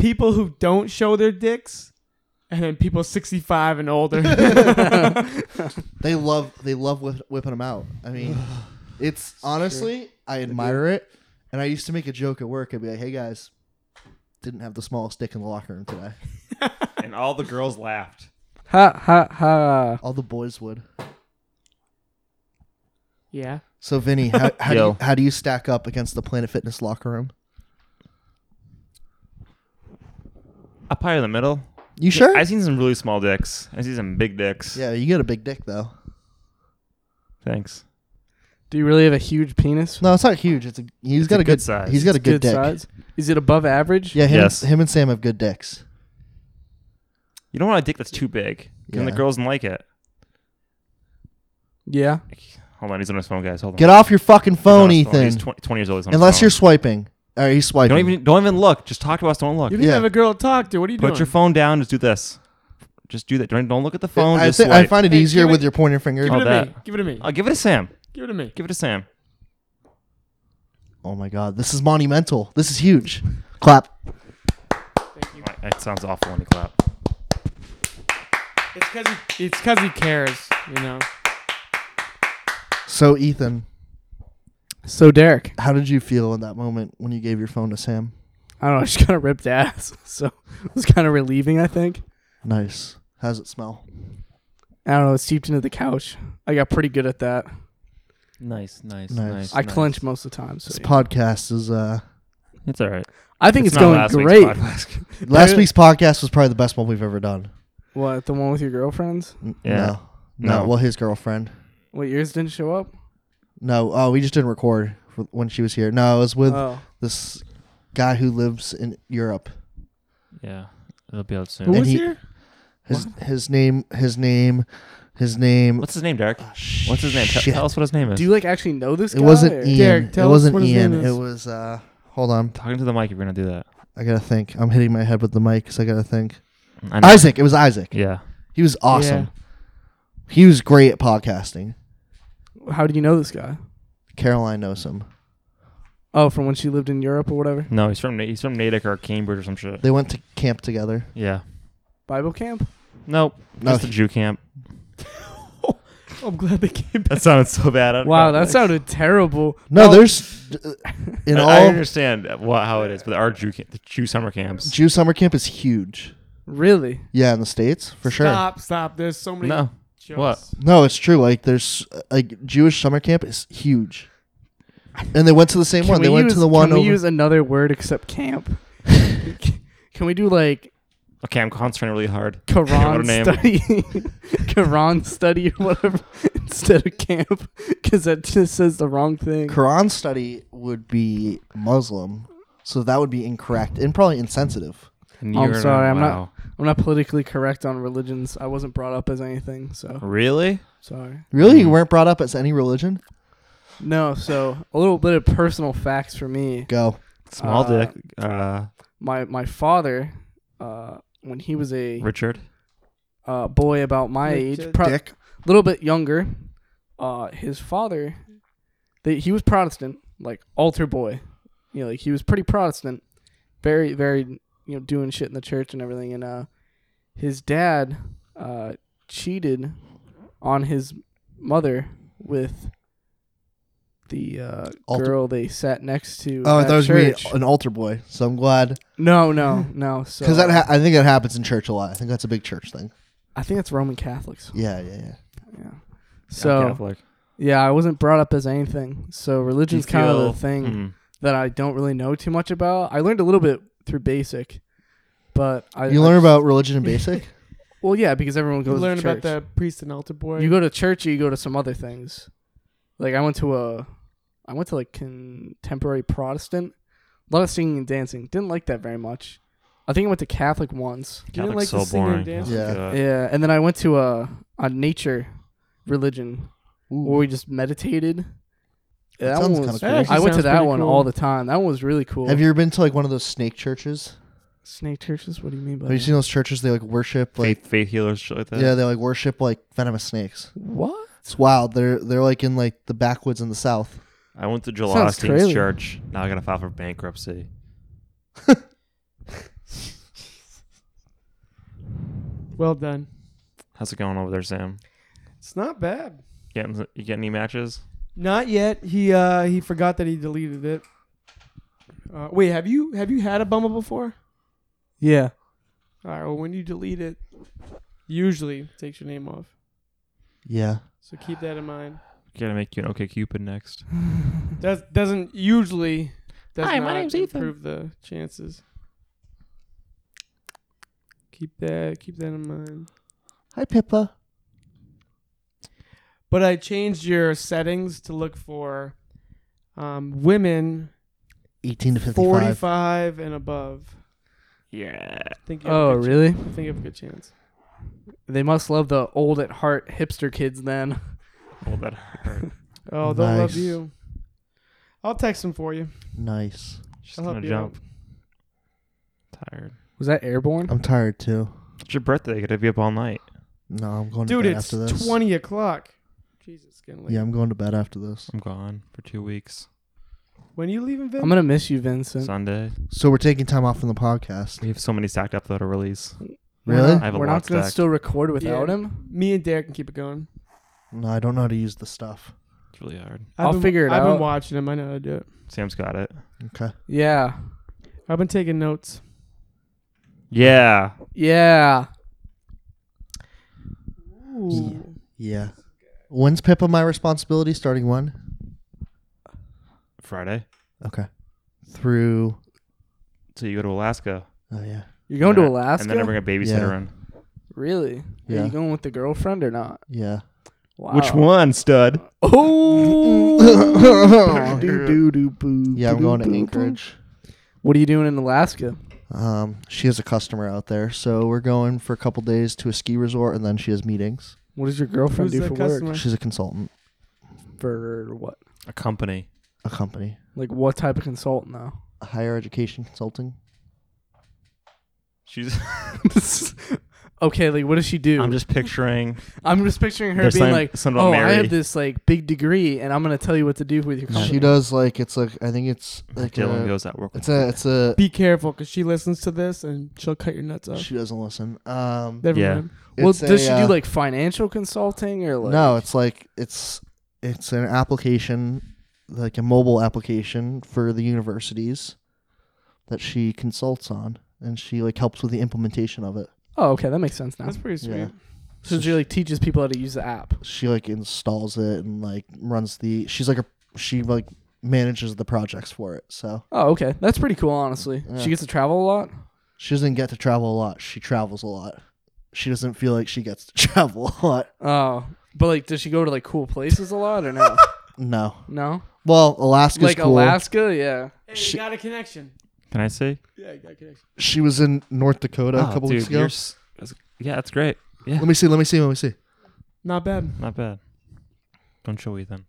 C: people who don't show their dicks, and then people 65 and older.
A: They love they love whip, whipping them out. I mean, it's honestly I admire it, and I used to make a joke at work. I'd be like, hey guys, didn't have the smallest dick in the locker room today.
B: and all the girls laughed.
D: Ha ha ha.
A: All the boys would.
C: yeah.
A: So Vinny, how, how, do
B: Yo.
A: you, how do you stack up against the Planet Fitness locker room?
B: Up high in the middle.
A: You sure?
B: I've seen some really small dicks. I see some big dicks.
A: yeah, you got a big dick though.
B: Thanks.
D: Do you really have a huge penis?
A: No, it's not huge. It's a he's got
B: a
A: a good,
B: good size.
A: He's got a
D: It's
A: good, dick.
D: size. Is it above average?
A: Yeah, him,
B: Yes.
A: him and Sam have good dicks.
B: You don't want a dick that's too big. And the
A: Yeah.
B: girls don't like it.
D: Yeah.
B: Hold on, he's on his phone, guys. Hold on.
A: Get off your fucking
B: He's on
A: phone,
B: his phone.
A: Ethan.
B: He's 20, 20 years old. He's on his
A: Unless
B: phone.
A: you're swiping. All right, he's swiping.
B: Don't even don't even look. Just talk to us. Don't look.
C: You didn't
A: Yeah.
C: have a girl to talk to. What are you
B: Put
C: doing?
B: your phone down. Just do this. Just do that. Don't, don't look at the phone.
A: I,
B: just
A: thi- I
B: swipe.
A: find it
C: Hey,
A: easier
C: give
A: with
C: it-
A: your pointer finger.
C: Give
B: Oh,
C: it to me.
B: that.
C: Give it to me.
B: I'll give it to Sam.
C: Give it to me.
B: Give it to Sam.
A: Oh my god, this is monumental. This is huge. Clap.
C: Thank you.
B: That sounds awful when you clap.
C: It's because he, it's 'cause he cares, you know.
A: So Ethan,
D: So Derek,
A: how did you feel in that moment when you gave your phone to Sam?
D: I don't know. I just kind of ripped ass, so it was kind of relieving. I think.
A: Nice. How's it smell?
D: I don't know. It seeped into the couch. I got pretty good at that.
B: Nice, nice,
A: Nice. nice,
D: I clench most of the time. So
A: This
D: yeah.
A: podcast is uh
B: It's all right.
D: I think it's,
B: not
D: going
B: last week's
D: great.
B: podcast.
A: last week's podcast was probably the best one we've ever done.
D: What the one with your girlfriends?
A: N-
B: Yeah.
A: No. No,
B: No.
A: well his girlfriend.
D: What yours didn't show up?
A: No, oh, we just didn't record for- when she was here. No, it was with
D: oh,
A: this guy who lives in Europe.
B: Yeah, it'll be out soon.
C: Who
A: And
C: was
A: he-
C: here?
A: His his name his name His name.
B: What's his name, Derek? What's his name? Tell,
A: Ah, Shit.
B: tell us what his name is.
D: Do you like actually know this?
A: It
D: guy,
A: wasn't
D: or-
A: Ian.
C: Derek,
A: it
C: tell us
A: wasn't
C: what his
A: Ian.
C: name is.
A: It was. Uh, hold on.
B: Talking to the mic if you're gonna do that.
A: I gotta think. I'm hitting my head with the mic because I gotta think.
B: I know.
A: Isaac. It was Isaac.
B: Yeah.
A: He was awesome. He was great at podcasting.
D: How do you know this guy?
A: Caroline knows him.
D: Oh, from when she lived in Europe or whatever.
B: No, he's from Na- he's from Natick or Cambridge or some shit.
A: They went to camp together.
B: Yeah.
D: Bible camp.
B: Nope.
A: No.
B: That's the Jew camp.
C: I'm glad they came back.
B: That sounded so bad. I don't
D: Wow,
B: know.
D: that sounded terrible.
C: Oh.
A: No, there's uh, in
B: I,
A: all
B: I understand what, how it is, but there are Jew camp, the Jew summer camps.
A: Jew summer camp is huge.
D: Really?
A: Yeah, in the states for sure.
C: Stop, stop. There's so many.
B: No.
C: jokes.
B: What?
A: No, it's true. Like there's like Jewish summer camp is huge, and they went to the same one.
D: we
A: They went
D: use-
A: to the one
D: Can we
A: over.
D: use another word except camp? can we do like
B: Okay, I'm concentrating really hard. What a
D: Quran
B: name.
D: study, Quran study or whatever instead of camp because that just says the wrong thing.
A: Quran study would be Muslim, so that would be incorrect and probably insensitive.
B: And
D: I'm
B: you're-
D: sorry, I'm not-
B: wow.
D: I'm not politically correct on religions. I wasn't brought up as anything, so
B: Really?
D: sorry.
A: Really, you weren't brought up as any religion?
D: No, so a little bit of personal facts for me.
A: Go.
B: Small
D: Uh,
B: dick. Uh,
D: My my father, uh, when he was a
B: Richard.
D: uh, boy about my age,
C: Richard
D: pro-
A: Dick.
D: little bit younger. Uh, his father, they, he was Protestant, like altar boy. You know, like he was pretty Protestant, very, very, you know, doing shit in the church and everything. And uh, his dad uh, cheated on his mother with the uh,
A: Altar-
D: girl they sat next to.
A: Oh, I
D: at
A: thought it was gonna be
D: church.
A: an altar boy. So I'm glad
D: No, no, no. So uh,
A: because that ha- I think that happens in church a lot. I think that's a big church thing.
D: I think it's Roman Catholics.
A: Yeah, yeah, yeah.
D: Yeah. So
B: Catholic.
D: yeah, I wasn't brought up as anything. So religion's kind of
B: feel-
D: the thing.
C: hmm.
B: Mm.
D: that I don't really know too much about. I learned a little bit through basic, but I
A: You
D: I
A: learn
D: just-
A: about religion in basic.
D: well, yeah, because everyone
C: You
D: goes
C: learn
D: to church.
C: about the priest and altar boy.
D: You go to church, or you go to some other things. Like I went to a, I went to like contemporary Protestant, a lot of singing and dancing. Didn't like that very much. I think I went to Catholic once.
C: You didn't
B: Catholic's
C: like the
B: so
C: singing
B: boring. uh,
C: and dancing?
A: Yeah.
B: God.
D: yeah, and then I went to a a nature religion where we just meditated.
A: That
D: That
A: sounds
D: one
A: kinda
D: was-
A: cool.
D: I went to
C: Actually
D: that
C: sounds
D: one
C: pretty
D: all
C: cool.
D: the time. That one was really cool.
A: Have you ever been to like one of those snake churches?
D: snake churches? What do you mean by
A: Have you
D: that?
A: seen those churches? They like worship like
B: faith, uh, faith healers, shit like that.
A: yeah, they like worship like venomous snakes.
D: what?
A: It's wild. They're they're like in like the backwoods in the south.
B: I went to
D: Sounds
B: Jalastine's
D: crazy.
B: church. Now I gotta file for bankruptcy.
C: Well done.
B: How's it going over there, Sam?
C: It's not bad.
B: Getting you getting any matches?
C: Not yet. He uh he forgot that he deleted it. Uh, wait, have you have you had a bummer before?
D: Yeah.
C: All right. Well, when you delete it, usually it takes your name off.
A: Yeah.
C: So keep that in mind.
B: Gotta make you an OK Cupid next.
C: That doesn't usually. Does
E: Hi,
C: not
E: my name's Ethan.
C: improve the chances. Keep that keep that in mind.
A: Hi Pippa.
C: But I changed your settings to look for um, women
A: Eighteen to fifty-five.
C: 45 and above.
B: Yeah.
C: I think you have a
D: Oh,
C: good chan-
D: really?
C: I think you have a good chance.
D: They must love the old at heart hipster kids then.
B: Well, that hurt.
C: Oh, they'll love
A: Nice.
C: you. I'll text them for you.
A: Nice.
B: She's
C: I'll
B: gonna
C: help you
B: jump. Tired.
D: Was that airborne?
A: I'm tired too.
B: It's your birthday. Gotta be up all night.
A: No, I'm going
C: out.
A: to
C: Dude,
A: bed
C: it's
A: after this.
C: 20 o'clock. Jesus, getting late.
A: Yeah, I'm going to bed after this.
B: I'm gone for two weeks.
C: When are you leaving, Vin?
D: I'm gonna miss you, Vincent.
B: Sunday.
A: So we're taking time off from the podcast.
B: We have so many stacked up though to release.
D: We're
A: Really?
D: not-
B: I have a
D: We're not
B: lot
D: gonna
B: stacked.
D: still record without
C: Yeah.
D: him.
C: Me and Derek can keep it going.
A: No, I don't know how to use the stuff.
B: It's really hard.
C: I've
D: I'll
C: been-
D: figure it
C: I've
D: out.
C: been watching him. I know how to do it.
B: Sam's got it.
D: Yeah.
C: I've been taking notes.
B: Yeah.
D: Yeah.
A: Ooh. Yeah. When's Pippa my responsibility? Starting one.
B: Friday.
A: Okay. Through.
B: So you go to Alaska.
A: Oh yeah.
D: You're going
B: And then
D: to
B: I-
D: Alaska?
B: And then I bring a babysitter
A: Yeah.
B: in.
D: really? Are
A: Yeah.
D: you going with the girlfriend or not?
A: Yeah.
D: Wow.
B: Which one, stud?
D: Oh. Doo doo doo boo.
A: Yeah, I'm
D: doo
A: going to
D: boo
A: Anchorage.
D: boo. What are you doing in Alaska?
A: Um, she has a customer out there, so we're going for a couple days to a ski resort, and then she has meetings.
D: What does your girlfriend
C: Who's
D: do
C: the
D: for
C: customer?
D: work?
A: She's a consultant,
D: For what?
B: A company.
A: a company,
D: Like what type of consultant though?
A: higher education consulting.
B: She's.
D: okay, like what does she do?
B: I'm just picturing.
D: I'm just picturing her
B: There's
D: being
B: something-
D: like,
B: something about
D: "Oh, I
B: Mary."
D: have this like big degree, and I'm gonna tell you what to do with your company."
A: She does like it's like I think it's like
B: Dylan
A: a,
B: goes at work.
A: it's a it's a
C: Be careful, because she listens to this and she'll cut your nuts off.
A: she doesn't listen. Um,
C: Never
B: Yeah.
C: mind.
D: Well,
A: it's
D: does
A: a,
D: she
A: uh,
D: do like financial consulting or like?
A: no, it's like it's it's an application, like a mobile application for the universities that she consults on, and she like helps with the implementation of it.
D: Oh, okay, that makes sense now.
C: That's pretty sweet.
A: Yeah.
D: So she like teaches people how to use the app.
A: She like installs it and like runs the. She's like a she like manages the projects for it. So
D: Oh, okay, that's pretty cool. Honestly,
A: Yeah.
D: she gets to travel a lot.
A: she doesn't get to travel a lot. She travels a lot. She doesn't feel like she gets to travel a lot.
D: Oh, but like, does she go to like cool places a lot or no?
A: No.
D: no,
A: Well, Alaska's
D: like
A: cool.
D: Alaska. Yeah.
C: Hey,
A: She-
C: got a connection.
B: Can I see?
C: Yeah, you got a connection.
A: She was in North Dakota a
B: Oh,
A: couple
B: dude,
A: weeks ago.
B: you're s- that's- yeah, that's great. Yeah.
A: Let me see. Let me see. Let me see.
C: Not bad.
B: Not bad. Don't show Ethan.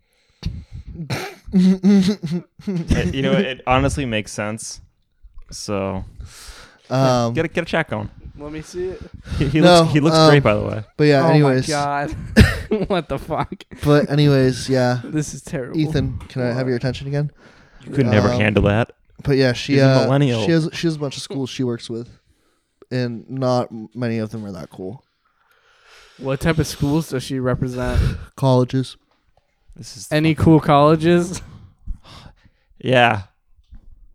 B: It- you know, it honestly makes sense. So
A: Um,
B: get a, get a check on. him.
D: Let me see it.
B: He, he
A: No,
B: looks he looks
A: um,
B: great, by the way.
A: but yeah.
D: oh
A: anyways.
D: my god, what the fuck?
A: But anyways, yeah.
D: This is terrible.
A: Ethan, can I have your attention again?
B: You could never
A: um,
B: handle that.
A: But yeah, she
B: He's a
A: uh,
B: millennial.
A: She has she has a bunch of schools she works with, and not many of them are that cool.
D: What type of schools does she represent?
A: Colleges.
B: This is
D: Any cool colleges?
B: yeah.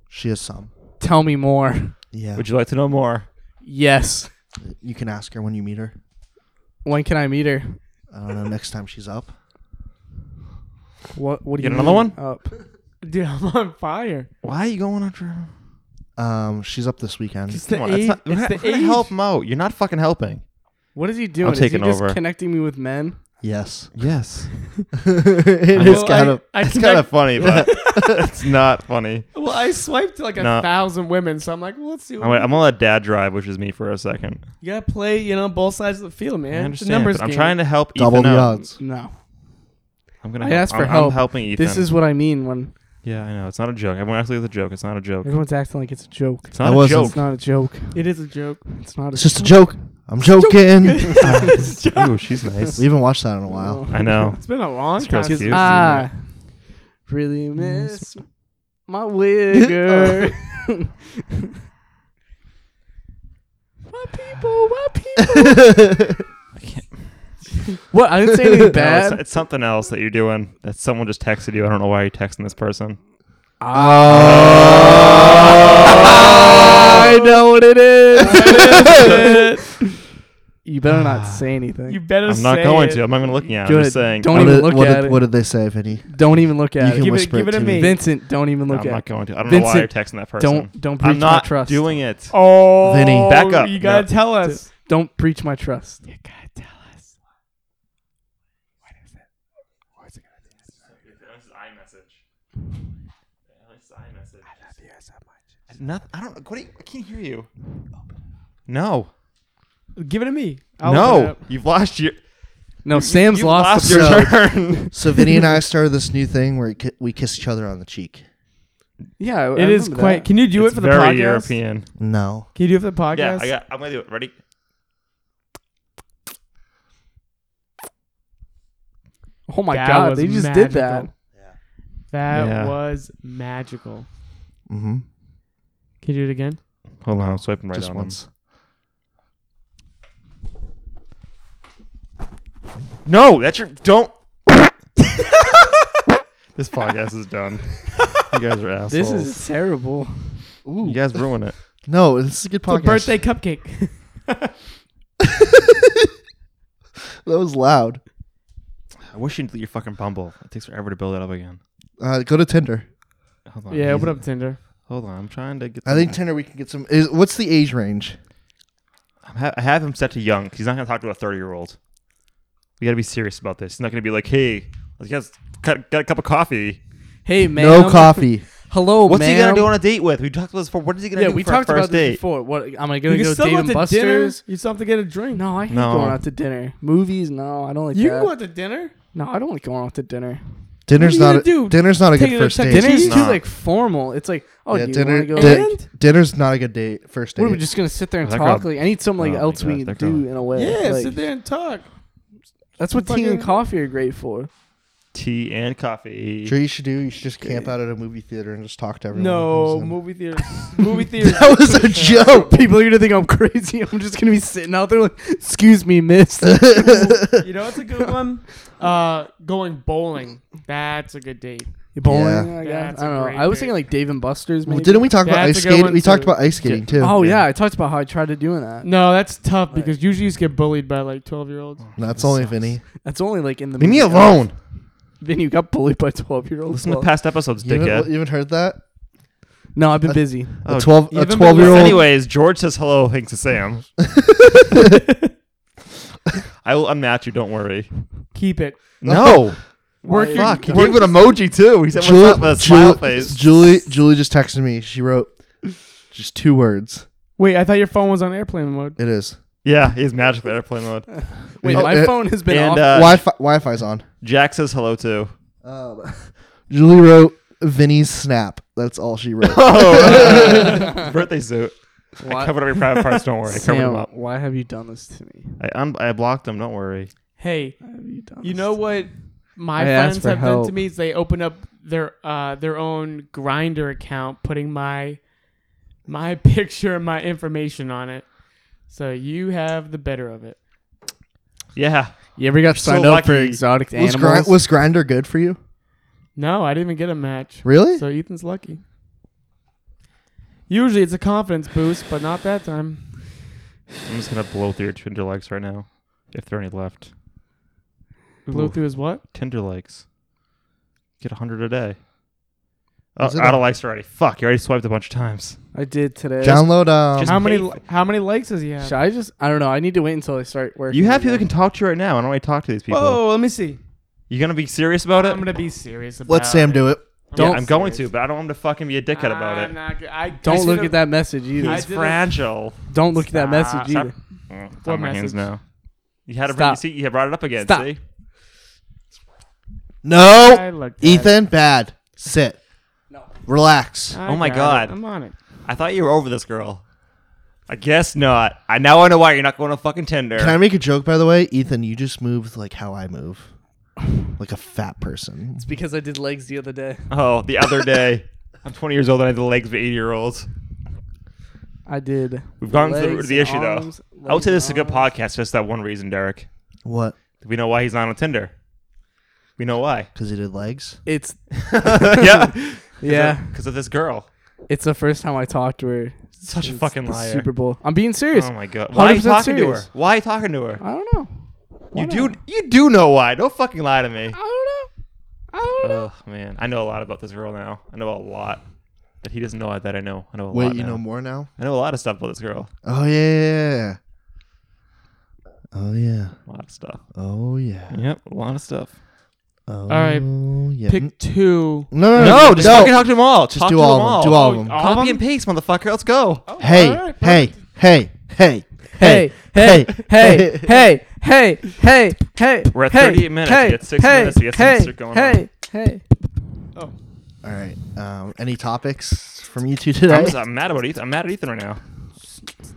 A: She has some.
D: Tell me more.
A: Yeah.
B: Would you like to know more?
D: Yes.
A: you can ask her when you meet her.
D: When can I meet her?
A: I don't know. next time she's up.
D: What? What do
B: Get
D: you
B: another one?
D: mean Up.
C: Dude, I'm on fire.
B: Why are you going after him?
A: Um, she's up this weekend.
C: It's the age.
B: Not,
C: it's the age.
B: help him out. You're not fucking helping.
D: What is he doing?
B: I'm
D: is he
B: taking
D: just
B: over.
D: connecting me with men?
A: Yes.
B: Yes.
A: it
B: know,
A: is kind of.
C: I, I
B: It's
C: connect-
B: kind of funny, but it's not funny.
C: Well, I swiped like a
B: No.
C: thousand women, so I'm like, well, let's see. What
B: I'm gonna, I'm gonna let Dad drive, which is me for a second.
C: you gotta play, you know, both sides of the field, man.
B: I
C: It's a
B: understand.
C: numbers
B: but I'm
C: game.
B: trying to help
A: Double
B: Ethan
A: the
B: out.
A: odds.
D: No.
B: I'm gonna.
D: I
B: Help.
D: asked for
B: I'm,
D: help.
B: I'm helping Ethan.
D: This is what I mean when
B: Yeah, I know. It's not a joke. Everyone actually it's a joke. It's not a joke.
D: everyone's acting like it's a joke.
B: It's
A: I
B: not a
A: wasn't-
B: joke.
D: It's not a joke.
C: It is a joke.
D: It's not. A
A: It's just a joke. I'm joking.
B: Ooh, she's nice.
A: we haven't watched that in a while.
B: I know.
C: It's been a long
B: It's
C: time.
B: gross.
C: since-
B: Excuse
D: ah, really miss my wigger. my people, my people. what? I didn't say anything
B: No, it's,
D: bad.
B: it's something else that you're doing. That someone just texted you. I don't know why you're texting this person.
D: I Ah. know what it
C: it
D: is. you better not say anything.
C: You better.
B: I'm not
C: say
B: going
C: it.
B: to. I'm not even looking at. it.
D: Good.
B: I'm just saying.
D: Don't
A: What
D: even
A: did-
D: look
A: what
D: at
A: did-
D: it.
A: What did they say, Vinny?
D: don't even look at
A: You
D: it.
A: can
C: Give it-
A: whisper
C: give it to me.
D: Vincent, don't even
B: No,
D: look
B: I'm
D: at
B: not
D: it.
B: going to. I don't know why you're
D: Vincent,
B: texting that person.
D: Don't don't preach
B: I'm not
D: my trust.
B: doing it.
C: Oh,
A: Vinny.
B: Back up.
C: You gotta
B: No.
C: tell us.
D: Don't preach my trust.
C: You gotta tell us.
B: Nothing. I don't. What do you, I can't hear you. No.
C: Give it to me. open it
B: no.
C: up.
B: You've lost your.
D: No, Sam's
B: you've lost,
D: lost. the
A: your-
D: trust.
B: your turn.
A: So Vinny and I started this new thing where ki- we kiss each other on the cheek.
D: Yeah, I- I
C: It is
D: remember
C: quite.
D: that.
C: Can you do
B: It's
C: it for the
B: very
C: podcast?
B: European.
A: No.
C: Can you do it for the podcast?
B: Yeah, I got. I'm gonna do it. Ready?
D: Oh my
C: That
D: god,
C: was
D: they just did that.
C: magical. That
B: Yeah.
C: was magical.
A: Mm-hmm.
C: Can you do it again?
B: Hold on. I'm swiping right
A: Just
B: on
A: once.
B: Him. No, that's your. Don't. this podcast is done. You guys are assholes.
D: This is terrible.
B: You guys ruin it.
A: No, this is a good
C: It's a
A: podcast.
C: birthday cupcake.
A: That was loud.
B: I wish you'd delete your fucking Bumble. It takes forever to build it up again.
A: Uh, go to Tinder.
B: Hold on.
C: yeah,
B: he's-
C: open up Tinder.
B: Hold on. I'm trying to get.
A: I think Tinder we can get some. Is, what's the age range?
B: I'm ha- I have him set to young. 'cause He's not gonna talk to a 30 year old. We gotta be serious about this. He's not gonna be like, hey, let's get, cut, get a cup of coffee.
D: Hey man,
A: no
D: I'm-
A: coffee.
D: Hello,
B: What's
D: ma'am.
B: he gonna do on a date with? We talked about this before. What is he gonna
D: yeah,
B: do
D: we
B: for
D: talked
B: a first
D: about this
B: date?
D: before. What am I
C: You
D: gonna
C: can
D: go
C: still
D: date
C: go
D: and
C: out to
D: Busters?
C: dinner. You still have to get a drink.
D: No, I hate
B: No.
D: going out to dinner. Movies, no, I don't like
C: you
D: that.
C: can go out to dinner.
D: no, I don't like going out to dinner.
A: Dinner's
C: What are you
A: not a,
C: gonna do?
A: dinner's not a
C: Taking
A: good
C: a
A: first
C: text-
A: date.
C: It's
D: Dinner's
C: just
D: too
B: not.
D: like formal. It's like, oh,
A: yeah,
D: do you
A: dinner
D: wanna go?
A: di-
C: And?
A: dinner's not a good date first date.
D: What are we just gonna sit there and
B: They're
D: talk?
B: gonna-
D: Like, I need something
B: Oh
D: like
B: my
D: else
B: God,
D: we can
B: they're
D: do
B: gonna-
D: in a way.
C: Yeah,
D: Like,
C: sit there and talk.
D: That's what tea and
C: fucking-
D: coffee are great for.
B: Tea and coffee.
A: Sure, you should do. You should just camp out at a movie theater and just talk to everyone. who
C: No,
A: comes in.
C: movie theater. movie theater.
A: That was a joke.
D: People are gonna think I'm crazy. I'm just gonna be sitting out there like, excuse me, miss.
C: you know, it's a good one. Uh, going bowling. That's a good date.
D: Bowling.
A: Yeah.
D: I, guess.
C: That's
D: I
C: a
D: don't know.
C: great
D: I was
C: pick.
D: thinking like Dave and Buster's.
A: Well,
D: Maybe.
A: didn't we talk about
C: That's
A: ice
C: a good
A: skating?
C: one,
A: We talked
C: too.
A: about ice skating too.
D: Oh yeah.
B: Yeah.
D: I talked about how I tried to doing that.
C: No, that's tough
D: Right.
C: because usually you just get bullied by like twelve year olds.
A: That's only Vinny.
D: That's only like in the.
A: Leave me
D: movie.
A: alone.
D: Then you got bullied by twelve year olds.
B: Listen to past episodes,
A: You
B: dickhead.
A: haven't, you haven't heard that?
D: No, I've been
A: Uh,
D: busy.
B: Oh,
A: a twelve,
C: you
A: a
C: haven't been
A: twelve year old.
B: Anyways, George says hello, thanks to Sam. I will unmatch you. Don't worry.
C: Keep it.
A: No,
C: Work your-
B: Fuck. He
C: work
B: gave an emoji too. He said, "What's up?" With a smile face.
A: Julie, Julie just texted me. She wrote just two words.
C: Wait, I thought your phone was on airplane mode.
A: It is
B: Yeah, he's magical airplane mode.
D: Wait,
A: Oh,
D: my
A: uh,
D: phone has been
B: And
D: off.
B: uh,
A: Wi-Fi. Wi-Fi's on.
B: Jack says hello too.
A: Um, Julie wrote Vinny's snap. That's all she wrote.
B: Oh, birthday suit. uh, I
D: Why-
B: covered every private parts. Don't worry. I covered them
D: Sam,
B: up.
D: why have you done this to me?
B: I un- I blocked them. Don't worry.
C: Hey,
D: Why have you done
C: you
D: this
C: know
D: to me?
C: what my
D: I asked
C: friends
D: for
C: have done
D: help.
C: to me is they open up their uh their own grinder account, putting my my picture and my information on it. So you have the better of it.
B: Yeah.
D: You ever got
B: so
D: signed up for
B: lucky.
D: exotic
A: was
D: animals?
A: grind, was grinder good for you?
C: No, I didn't even get a match.
A: Really?
C: So Ethan's lucky. Usually it's a confidence boost, but not that time.
B: I'm just gonna blow through your Tinder likes right now, if there are any left.
C: Blew
B: Ooh.
C: through his what?
B: Tinder likes. Get a hundred a day. Oh,
A: Is it
B: out
A: a-
B: of likes already. Fuck, you already swiped a bunch of times.
D: I did today.
A: Download. Um,
B: Just-
C: How many
B: hate-
C: how many likes does he have?
D: Should I just? I don't know. I need to wait until I start working.
B: You have people
D: again.
B: that can talk to you right now. I don't want to talk to these people.
C: Whoa, let me see.
B: You gonna be serious about it?
C: I'm gonna be serious about
A: let Sam do it.
C: I'm
B: Yeah,
D: Don't-
B: I'm going to, but I don't want him to fucking be a dickhead about
C: I'm
B: it.
C: not go- I
D: Don't look at
C: that.
D: that message either.
C: I
B: He's
C: did it.
B: fragile.
D: Don't look at that
C: Stop.
D: message either.
B: Mm, it's
C: What
B: on my hands
C: message?
B: now. You had to
D: Stop.
B: bring. See, you brought it up again.
D: Stop.
B: See,
A: No,
C: I looked at it.
A: Ethan, bad. Sit.
D: No.
A: Relax.
C: I
B: Oh my
C: got it.
B: God.
C: I'm on it.
B: I thought you were over this girl. I guess not. I now I know why you're not going to fucking Tinder.
A: Can I make a joke, by the way? Ethan, you just moved like how I move, like a fat person.
D: It's because I did legs the other day.
B: oh, the other day. I'm 20 years old and I have the legs of 80 year olds.
D: I did.
B: We've gone through the root
D: Legs,
B: of the issue
D: arms,
B: though. I would say
D: legs,
B: this is a good
D: arms.
B: podcast. Just that one reason, Derek.
A: What?
B: We know why he's not on Tinder. We know why.
A: Because he did legs.
D: It's
B: yeah.
D: yeah.
B: Because of this girl.
D: It's the first time I talked to her.
B: Such a
D: since
B: fucking
D: the
B: liar.
D: Super Bowl. I'm being serious.
B: Oh my god. Why are you
D: 100%
B: talking
D: serious.
B: to her? Why are you talking to her?
D: I don't know. Why
B: You
D: not?
B: do you do know why. Don't fucking lie to me.
D: I don't know. I don't know.
B: Oh man. I know a lot about this girl now. I know a lot. That he doesn't know that I know. I know a
A: Wait,
B: lot.
A: you
B: now.
A: know more now?
B: I know a lot of stuff about this girl.
A: Oh yeah, yeah, yeah. Oh yeah.
B: A lot of stuff.
A: Oh yeah.
B: Yep, a lot of stuff.
A: Oh,
C: right.
A: Yeah.
C: Pick two.
A: no, no, no,
B: No, just fucking talk to them all.
A: Just
B: Talk
A: do
B: to
A: all,
B: them
A: of them. Do all
C: Oh,
A: of them.
C: all-
B: Copy and paste, motherfucker. Let's go.
A: Hey,
C: Oh, All right,
A: hey, hey, hey,
D: Hey, hey, hey, hey, hey, hey, hey.
B: We're at
D: hey,
B: 38 minutes.
D: Hey,
B: We had six
D: hey,
B: minutes to get some
D: hey,
B: shit going
D: Hey, hey.
C: Oh,
A: All right. Um, any topics from you two today?
B: I'm, just- I'm mad about Ethan. I'm mad at Ethan right now.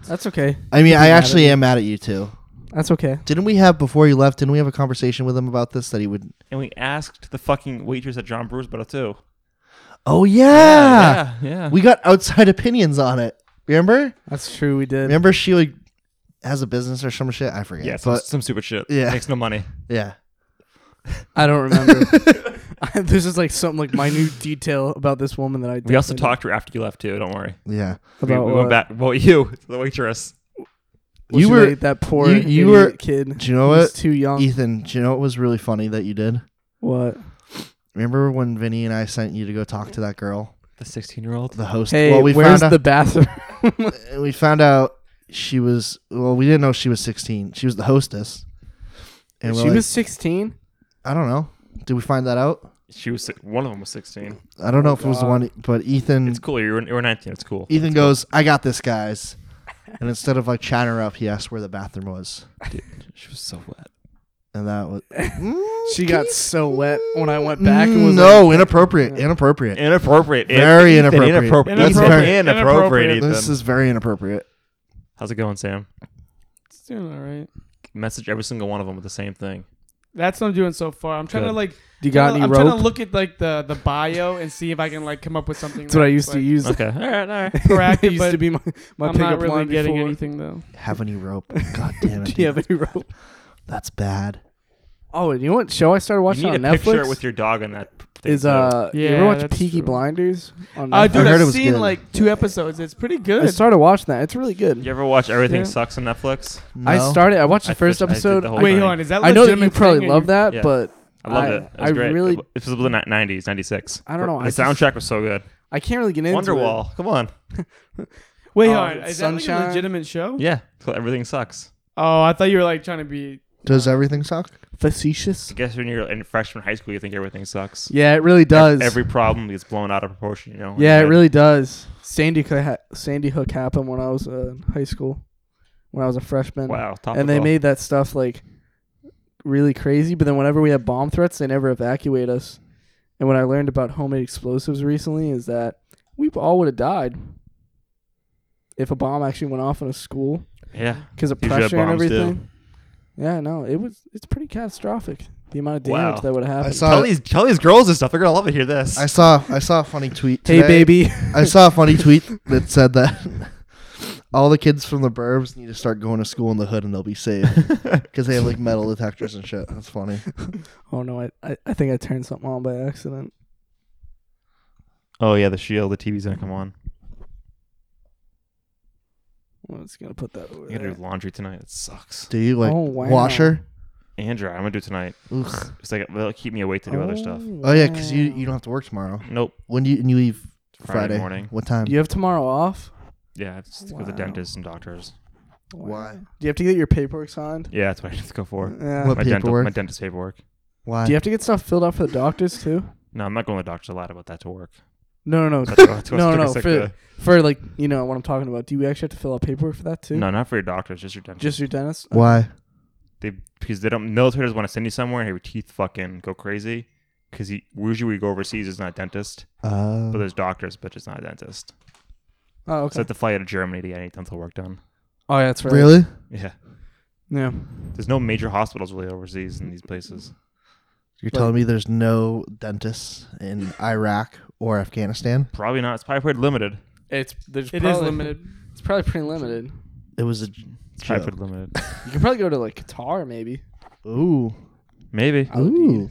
D: That's okay.
A: I mean, I
D: mad at
A: actually
D: you.
A: am mad at you too.
D: That's okay.
A: Didn't we have before you left? Didn't we have a conversation with him about this that he would?
B: And we asked the fucking waitress at John Brewer's about it too.
A: Oh
B: Yeah, yeah. yeah.
A: We got outside opinions on it. Remember?
D: That's true. We did.
A: Remember she like has a business or some shit. I forget.
B: yeah, some,
A: but
B: some stupid shit.
A: Yeah.
B: makes no money.
A: yeah,
D: I don't remember. this is like something like minute detail about this woman that I.
B: We also
D: definitely
B: talked to her after you left too. Don't worry.
A: yeah.
D: don't-
B: We,
D: about.
B: we
D: what?
B: went back. Well, you, the waitress.
D: Well,
A: You
D: she
A: were-
D: made that poor.
A: you- you
D: idiot
A: were-
D: kid.
A: Do you know
D: who was
A: what,
D: Too young.
A: Ethan? Do you know what was really funny that you did?
D: What?
A: Remember when Vinny and I sent you to go talk to that girl,
B: The 16 year old.
A: the host?
D: Hey,
A: well, we
D: where's
A: found
D: the bathroom?
A: out, we found out she was. Well, we didn't know she was 16. She was the hostess. And
D: she
A: we're like,
D: was 16.
A: I don't know. Did we find that out?
B: She was si- one of them was 16.
A: I don't know if it was the one, but Ethan
B: It's cool. You're, you're 19. It's cool.
A: Ethan goes, "I got this, guys," and instead of like chatting her up, he asked where the bathroom was,
B: She was so wet.
A: and that was Mm,
E: She got so wet when I went back and was
A: no inappropriate, inappropriate.
B: Inappropriate.
A: Very
B: Ethan,
A: inappropriate.
B: Inappropriate.
A: That's
B: Ethan,
A: very-
B: inappropriate.
C: Inappropriate.
B: Ethan.
A: this is very inappropriate.
B: How's it going, Sam?
C: It's doing all right.
B: Message every single one of them with the same thing.
C: That's what I'm doing so far. I'm trying to
B: Good.
C: like.
E: Do you got
C: I'm
E: any
C: trying to
E: rope?
C: look at like the the bio and see if I can like come up with something.
D: That's what I used to
C: like,
D: use.
B: Okay. all right. All right.
C: Proactive,
D: That used to
C: but
D: be my, my
C: I'm
D: pickup
C: not really
D: line
C: getting
D: before.
C: anything though.
A: Have any rope? God damn it!
D: Do you have
A: dude.
D: any rope?
A: That's bad.
D: Oh, and you know what show I started watching
B: you need
D: on
B: a picture
D: Netflix?
B: with your dog on that. Thing
D: is
B: too.
D: uh, you
C: Yeah,
D: ever watch
C: that's
D: Peaky
C: true.
D: Blinders? On
C: Uh,
D: Netflix?
C: dude,
A: I heard it
C: I've
A: was
C: seen
A: good.
C: like two episodes. It's pretty good.
D: I started watching that. It's really good.
B: you ever watch Everything
C: Yeah.
B: Sucks on Netflix?
D: I
A: No.
D: started. I watched the
B: I
D: first
B: finished- I did
D: episode.
B: the whole
D: I,
C: Wait,
B: thing.
C: hold on. Is that
D: I know that you
C: legitimate
D: probably
C: thing or
D: love
C: you-
D: that,
B: Yeah.
D: but
B: I loved
D: I-
B: it. It was
D: I
B: great.
D: really-
B: It wa- this was the ni- 90s, 96.
D: I don't know,
B: The
D: I just-
B: soundtrack was so good.
D: I can't really get into it.
B: Wonderwall. Come on.
C: Wait,
D: Oh,
C: hold on. Is that like a
D: Sunshine?
C: legitimate show?
B: Yeah. Everything sucks.
C: Oh, I thought you were like trying to be.
A: Does everything suck?
D: Facetious.
B: I guess when you're in freshman high school, you think everything sucks.
D: Yeah, it really does.
B: Every problem gets blown out of proportion, you know?
D: yeah, it
B: And
D: really does. Sandy Hook ha- Sandy Hook happened when I was uh, in high school, when I was a freshman.
B: Wow. Topical.
D: and they made that stuff like really crazy. But then whenever we had bomb threats, they never evacuate us. And what I learned about homemade explosives recently is that we all would have died if a bomb actually went off in a school
B: Yeah.
D: because of
B: Usually
D: pressure and
B: bombs do.
D: everything. Yeah, no, it was it's pretty catastrophic. The amount of damage
B: Wow.
D: that would have happened.
A: saw-
B: Tell these, tell these girls this stuff. They're going to love to hear this.
A: I saw I saw a funny tweet.
D: hey,
A: today.
D: baby.
A: I saw a funny tweet that said that all the kids from the burbs need to start going to school in the hood and they'll be safe because they have like metal detectors and shit. That's funny.
D: Oh no, I, I I think I turned something on by accident.
B: oh, yeah. The shield. The TV's going to come on.
D: I'm just gonna put that over
B: I'm going to
D: there.
B: do laundry tonight. It sucks.
A: Do you like
D: Oh, wow.
A: washer?
B: Andrew, I'm going to do it tonight.
A: Ugh.
B: It's like, it'll keep me awake to do other stuff.
A: Oh yeah, because you you don't have to work tomorrow.
B: Nope.
A: When do you and you leave
B: Friday
A: Friday,
B: morning.
A: What time?
D: You have tomorrow off.
B: Yeah. I have to go to the
D: Wow.
B: dentist and doctors.
A: Why?
D: Do you have to get your paperwork signed?
B: Yeah. That's what I have to go for.
D: Yeah.
A: What
B: my, dental,
A: paperwork?
B: my dentist paperwork.
A: Why?
D: Do you have to get stuff filled out for the doctors too?
B: No, I'm not going to the doctor a lot about that to work.
D: No, no, no.
B: That's what- that's what I
D: no,
B: took a
D: no.
B: sick
D: For,
B: day.
D: for like, you know what I'm talking about. Do you actually have to fill out paperwork for that too?
B: no, not for your doctors, just your dentist.
D: Just your dentist?
A: Why?
B: they because they don't military doesn't want to send you somewhere and have your teeth fucking go crazy because usually we go overseas it's not a dentist
A: Uh,
B: but there's doctors but it's not a dentist
D: Oh,
B: so I
D: okay.
B: have to fly out of Germany to get any dental work done
D: Oh, yeah, that's right.
A: really?
B: yeah
D: Yeah.
B: there's no major hospitals really overseas in these places
A: You're
D: Like-
A: telling me there's no dentists in Iraq or Afghanistan?
B: probably not it's probably pretty limited
D: It's there's
C: It is
D: probably,
C: limited.
D: It's probably pretty limited.
A: It was a
B: it's
A: joke.
B: probably pretty limited
D: You can probably go to like Qatar maybe.
A: Ooh.
B: maybe
D: I would
A: Ooh.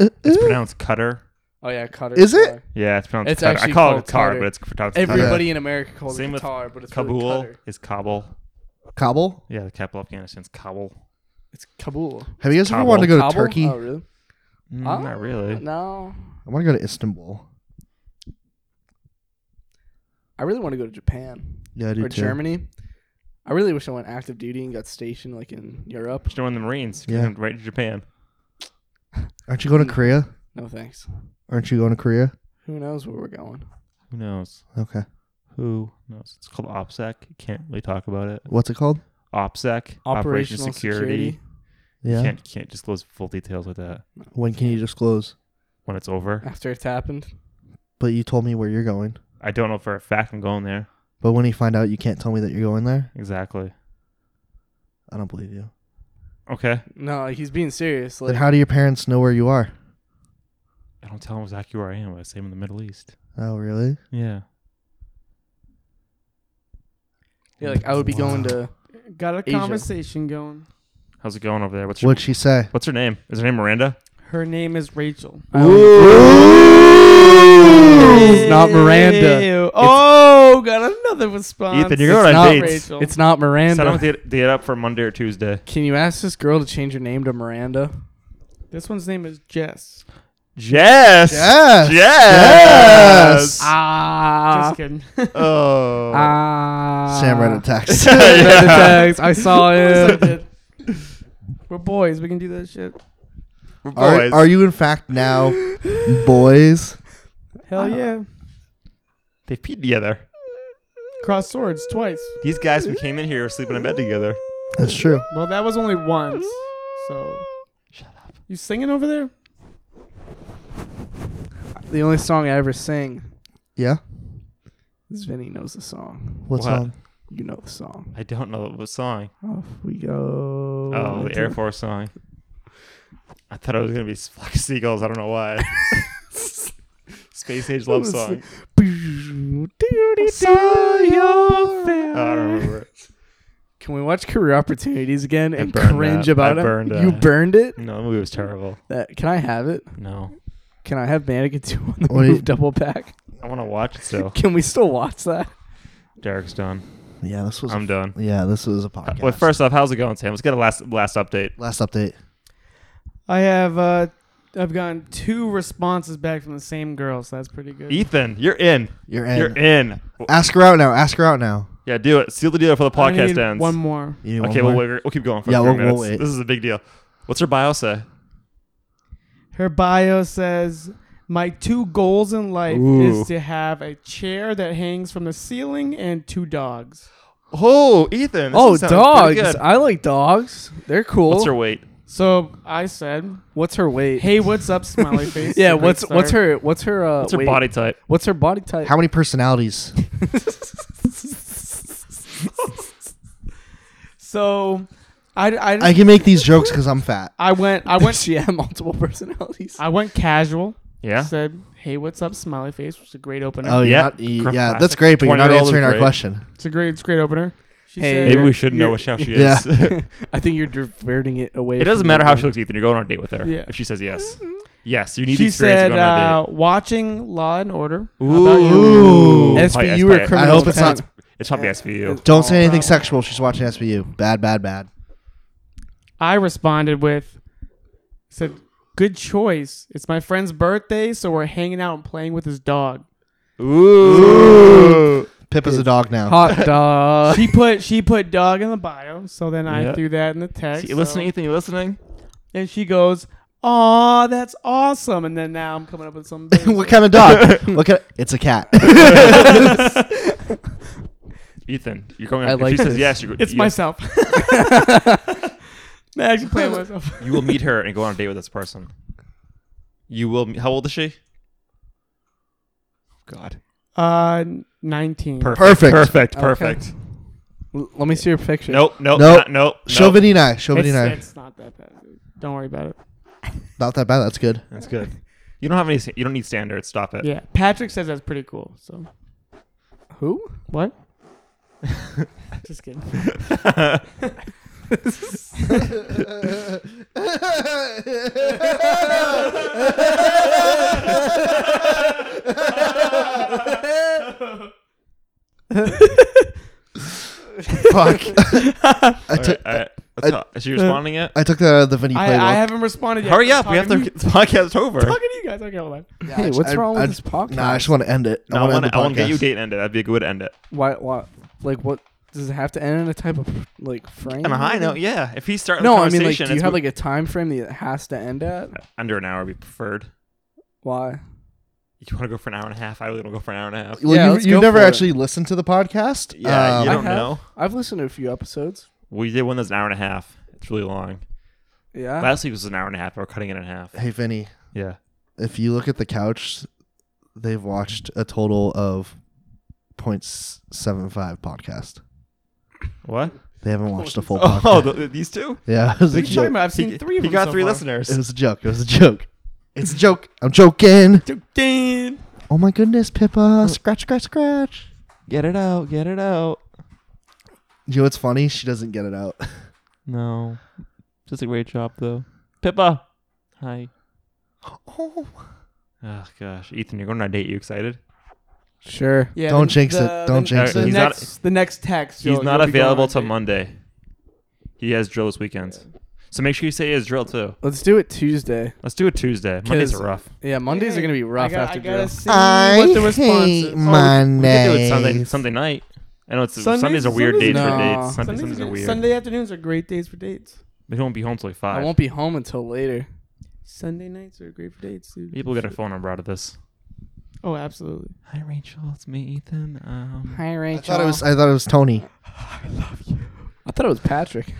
A: Uh,
B: it's
A: uh.
B: pronounced cutter
D: Oh yeah, Qatar.
A: Is it?
D: Qatar.
B: yeah it's pronounced
D: It's
B: cutter. I
D: actually
B: call
D: called
B: it Qatar
D: Qatar.
B: but it's pronounced cutter.
D: Everybody in America calls
B: Same
D: it
B: with
D: Qatar, but it's
B: Kabul
D: really Qatar.
B: is Kabul
A: Kabul?
B: yeah the capital of Afghanistan's Kabul
D: It's Kabul.
A: Have you guys ever
B: Kabul.
A: wanted to go to
D: Kabul?
A: Turkey?
D: Oh really?
B: Mm,
D: Ah,
B: not really
D: No.
A: I want to go to Istanbul.
D: I really want to go to Japan
A: Yeah, I do
D: or
A: too.
D: Germany. I really wish I went active duty and got stationed like in Europe.
B: just join the Marines
A: Yeah.
B: yeah. right to Japan
A: Aren't you
D: Mm.
A: going to Korea?
D: No thanks.
A: Aren't you going to Korea?
D: Who knows where we're going?
B: who knows
A: Okay.
B: Who knows? It's called OPSEC. You can't really talk about it.
A: What's it called?
B: OPSEC, Operation
D: Operational
B: Security.
D: security.
A: Yeah.
B: Can't can't disclose full details with that
A: When can you disclose?
B: when it's over.
D: after it's happened.
A: But you told me where you're going.
B: I don't know for a fact I'm going there.
A: But when you find out, you can't tell me that you're going there.
B: Exactly.
A: I don't believe you.
B: Okay.
D: No, like, he's being serious.
A: Then
D: Like,
A: how do your parents know where you are?
B: I don't tell them exactly where I am. I say I'm in the Middle East.
A: Oh, really?
B: Yeah.
D: yeah, like I would be going to.
C: Got a
D: Asia.
C: conversation going.
B: How's it going over there? What's your,
A: What'd she say?
B: What's her name? Is her name Miranda?
C: Her name is Rachel.
D: I would- It's not Miranda.
C: Ew. Oh, got another response.
B: Ethan, you're going
D: It's
B: on
D: not
B: dates.
C: Rachel.
D: It's not
B: Set them
D: Miranda.
B: date, date up for Monday or Tuesday.
D: Can you ask this girl to change her name to Miranda?
C: This one's name is Jess.
B: Jess.
A: Yes.
B: Jess.
A: Yes. Uh,
D: Ah.
C: Just kidding.
B: Oh.
D: Ah.
A: Sam read a text.
D: Read the
B: Yeah.
D: text. I saw
C: Of course I
D: it.
C: did. We're boys. We can do that shit.
B: We're
A: Are,
B: boys.
A: are you in fact now boys?
C: Hell yeah.
B: they peed together.
C: Cross swords twice.
B: These guys who came in here were sleeping in bed together.
A: That's true.
C: Well, that was only once. So.
B: Shut up.
C: You singing over there?
D: The only song I ever sing.
A: Yeah.
D: This Vinny knows the song.
A: What,
B: What?
A: song?
D: You know the song.
B: I don't know what song.
D: Off we go.
B: Oh, the Air Force song. I thought it was gonna be Flock of Seagulls. I don't know why. Space Age love song. Oh, I
A: ah.
B: don't remember. it.
D: Can we watch Career Opportunities again
B: I
D: and
B: burned
D: cringe
B: that.
D: about
B: I
D: it?
B: burned
D: you
B: that.
D: burned it.
B: No, the movie was terrible.
D: That, can I have it?
B: No,
D: Can I have Mannequin Two on the
A: What do you-
D: move double pack?
B: I want to watch it still.
D: Can we still watch that?
B: Derek's done.
A: Yeah, this was. a-
B: I'm done.
A: yeah, this was a podcast.
B: Well, first off, how's it going, Sam? Let's get a last last update.
A: last update.
C: I have. uh I've gotten two responses back from the same girl, so that's pretty good.
B: Ethan, you're in.
A: You're in.
B: You're in. W-
A: Ask her out now. Ask her out now.
B: Yeah, do it. Seal the deal before the
C: I need
B: podcast ends.
C: One more.
A: You need
B: okay,
A: one
B: we'll,
A: more?
B: wait, we'll keep going for
A: Yeah,
B: yeah,
A: we'll-
B: we
A: we'll
B: minutes.
A: wait.
B: This is a big deal. What's her bio say?
C: Her bio says, "My two goals in life
B: Ooh.
C: is to have a chair that hangs from the ceiling and two dogs."
B: Oh, Ethan. this
D: oh,
B: sounds pretty
D: dogs!
B: good.
D: I like dogs. They're cool.
B: What's her weight?
C: So I said,
D: What's her weight?
C: "Hey, what's up, smiley face?"
D: yeah.
C: Great
D: What's
C: start.
D: what's her what's her uh,
B: What's her
D: weight?
B: body type?
D: What's her body type?
A: How many personalities?
C: So, I I,
A: I can make these jokes because I'm fat.
C: I went I
D: I went.
C: went
D: she had multiple personalities.
C: I went casual.
B: Yeah.
C: Said, "Hey, what's up, smiley face?" Which is a great opener.
A: Oh,
B: Yeah.
A: yeah.
B: Cr-
A: Yeah, that's great, but you're not
B: 20-year-old is
A: answering our
B: great.
A: question.
C: It's a great it's a great opener. She
D: Hey,
C: said,
B: Maybe we
D: You're-
B: should know
D: you're-
B: what how she
A: Yeah.
B: is. it
D: I think you're diverting it away.
B: doesn't
D: from
B: matter
D: the
B: how
D: one.
B: she looks, Ethan. You're going on a date with her.
C: Yeah.
B: If she says yes, yes, you need the
C: she
B: experience
C: said,
B: of going on a
C: uh, "Watching Law and Order."
B: date.
C: How about you?
A: Ooh.
B: It's probably
D: SVU or
B: SBI.
A: I
D: criminal
A: hope it's not.
D: intent.
B: It's probably SVU.
A: Don't say anything sexual. She's watching SVU. Bad, bad, bad.
C: I responded with, "said Good choice. It's my friend's birthday, so we're hanging out and playing with his dog."
B: Ooh.
A: Pip is a dog now.
D: Hot dog.
C: She put she put dog in the bio, so then I
B: Yeah.
C: threw that in the text.
B: See,
C: so-
B: listen, Ethan. You listening?
C: and she goes, "Aw, that's awesome!" And then now I'm coming up with something. big.
A: what kind of dog? what kind it's a cat.
B: Ethan, you're going.
D: I
B: if
D: like
B: she says
D: this.
B: yes, you're,
C: It's
B: you,
C: myself. I actually playing myself.
B: You will meet her and go on a date with this person. You will. me- How old is she? God.
C: Uh, nineteen.
A: Perfect.
B: Perfect.
D: Okay.
B: Perfect.
D: L- Let me see your picture.
B: Nope. Nope.
A: Nope.
B: Not, nope.
A: Show
B: nope.
A: Vinny and I. Show
C: It's,
A: Vinny and I.
C: it's not that bad. Don't worry about it.
A: Not that bad. That's good.
B: That's good. You don't have any. You don't need standards. Stop it.
C: Yeah, Patrick says that's pretty cool. So
D: Who?
C: what? Just kidding.
A: Fuck. I,
B: All
A: took,
B: right, all right.
A: I-
B: Let's talk. Is she responding yet?
A: I took that out of the Vinny
C: I,
A: playbook.
C: I haven't responded yet.
B: Hurry
C: I'm
B: up. We have to.
C: talking
B: The podcast's over.
C: you- talking to you guys. Okay, hold on.
A: Yeah, I
D: Hey,
A: ju-
D: what's
A: I-
D: wrong
A: I
D: with
A: just-
D: this podcast?
A: Nah, I just want to end it.
B: No, I
A: want to
B: want to get you
A: date.
B: date ended. That'd be a good end it.
D: Why? Why? Like, what does it have to end in a type of like frame?
B: On a high note, yeah. If he's starting
D: No,
B: the
D: I mean,
B: conversation,
D: like, do you
B: it's
D: have
B: mo-
D: like a time frame that it has to end at?
B: under an hour would be preferred.
D: Why?
B: You want to go for an hour and a half? I really want to go for an hour and a half.
A: Well,
D: Yeah,
A: you,
D: let's
A: you
D: go
A: never
D: for it.
A: actually listened to the podcast.
B: Yeah, you
A: Um,
B: don't
D: I have.
B: know.
D: I've listened to a few episodes.
B: We did one that's an hour and a half. It's really long.
D: Yeah.
B: Last week was an hour and a half. We're cutting it in half.
A: hey, Vinny,
B: Yeah.
A: if you look at the couch, they've watched a total of 0.75 podcast.
B: What?
A: They haven't watched a full podcast.
B: Oh, the, these two.
A: yeah, it was a
C: What are you talking
A: joke.
C: about? I've seen
B: he,
C: three of
B: he
C: them.
B: got
C: so
B: three
C: far.
A: It
B: listeners.
A: was a joke. It was a joke. It's a joke. I'm joking.
C: Ding.
A: Oh my goodness, Pippa!
B: Mm.
A: Scratch, scratch, scratch.
B: Get it out. Get it out.
A: You know what's funny? She doesn't get it out.
B: No. Just a great job though. Pippa. Hi.
A: Oh,
B: Oh gosh, Ethan, you're going on a date. You excited?
D: Sure.
C: Yeah.
A: Don't
C: the-
A: jinx it.
C: the-
A: Don't
C: the-
A: jinx
C: the
B: it. He's not-
C: next, the next text.
B: He's
C: you'll-
B: not
C: you'll be going
B: available
C: on
B: till
C: date.
B: Monday. He has drill this weekend, so make sure you say he has drill too.
D: Let's do it Tuesday.
B: Let's do it Tuesday. Mondays
D: 'Cause-
B: are rough.
D: Yeah, Mondays are
C: Hey,
D: gonna be rough
C: I gotta,
D: after
C: I gotta
D: drill.
C: see what the
A: I
C: response
A: hate
C: is.
B: Oh, We could do it Sunday,
A: Mondays.
B: Sunday night. I know it's
C: Sundays-
B: Sundays are weird
C: Sundays-
B: days for
D: No.
B: dates. Sundays, Sundays are weird.
C: Sunday afternoons are great days for dates.
B: They won't be home till like
D: I
B: five.
D: won't be home until later.
C: Sunday nights are great for dates, dude.
B: People get a phone number out of this.
C: Oh, absolutely.
B: Hi, Rachel. It's me, Ethan. Um,
D: Hi,
A: I
D: Rachel.
A: thought it was. I thought it was Tony.
D: I thought it was Patrick.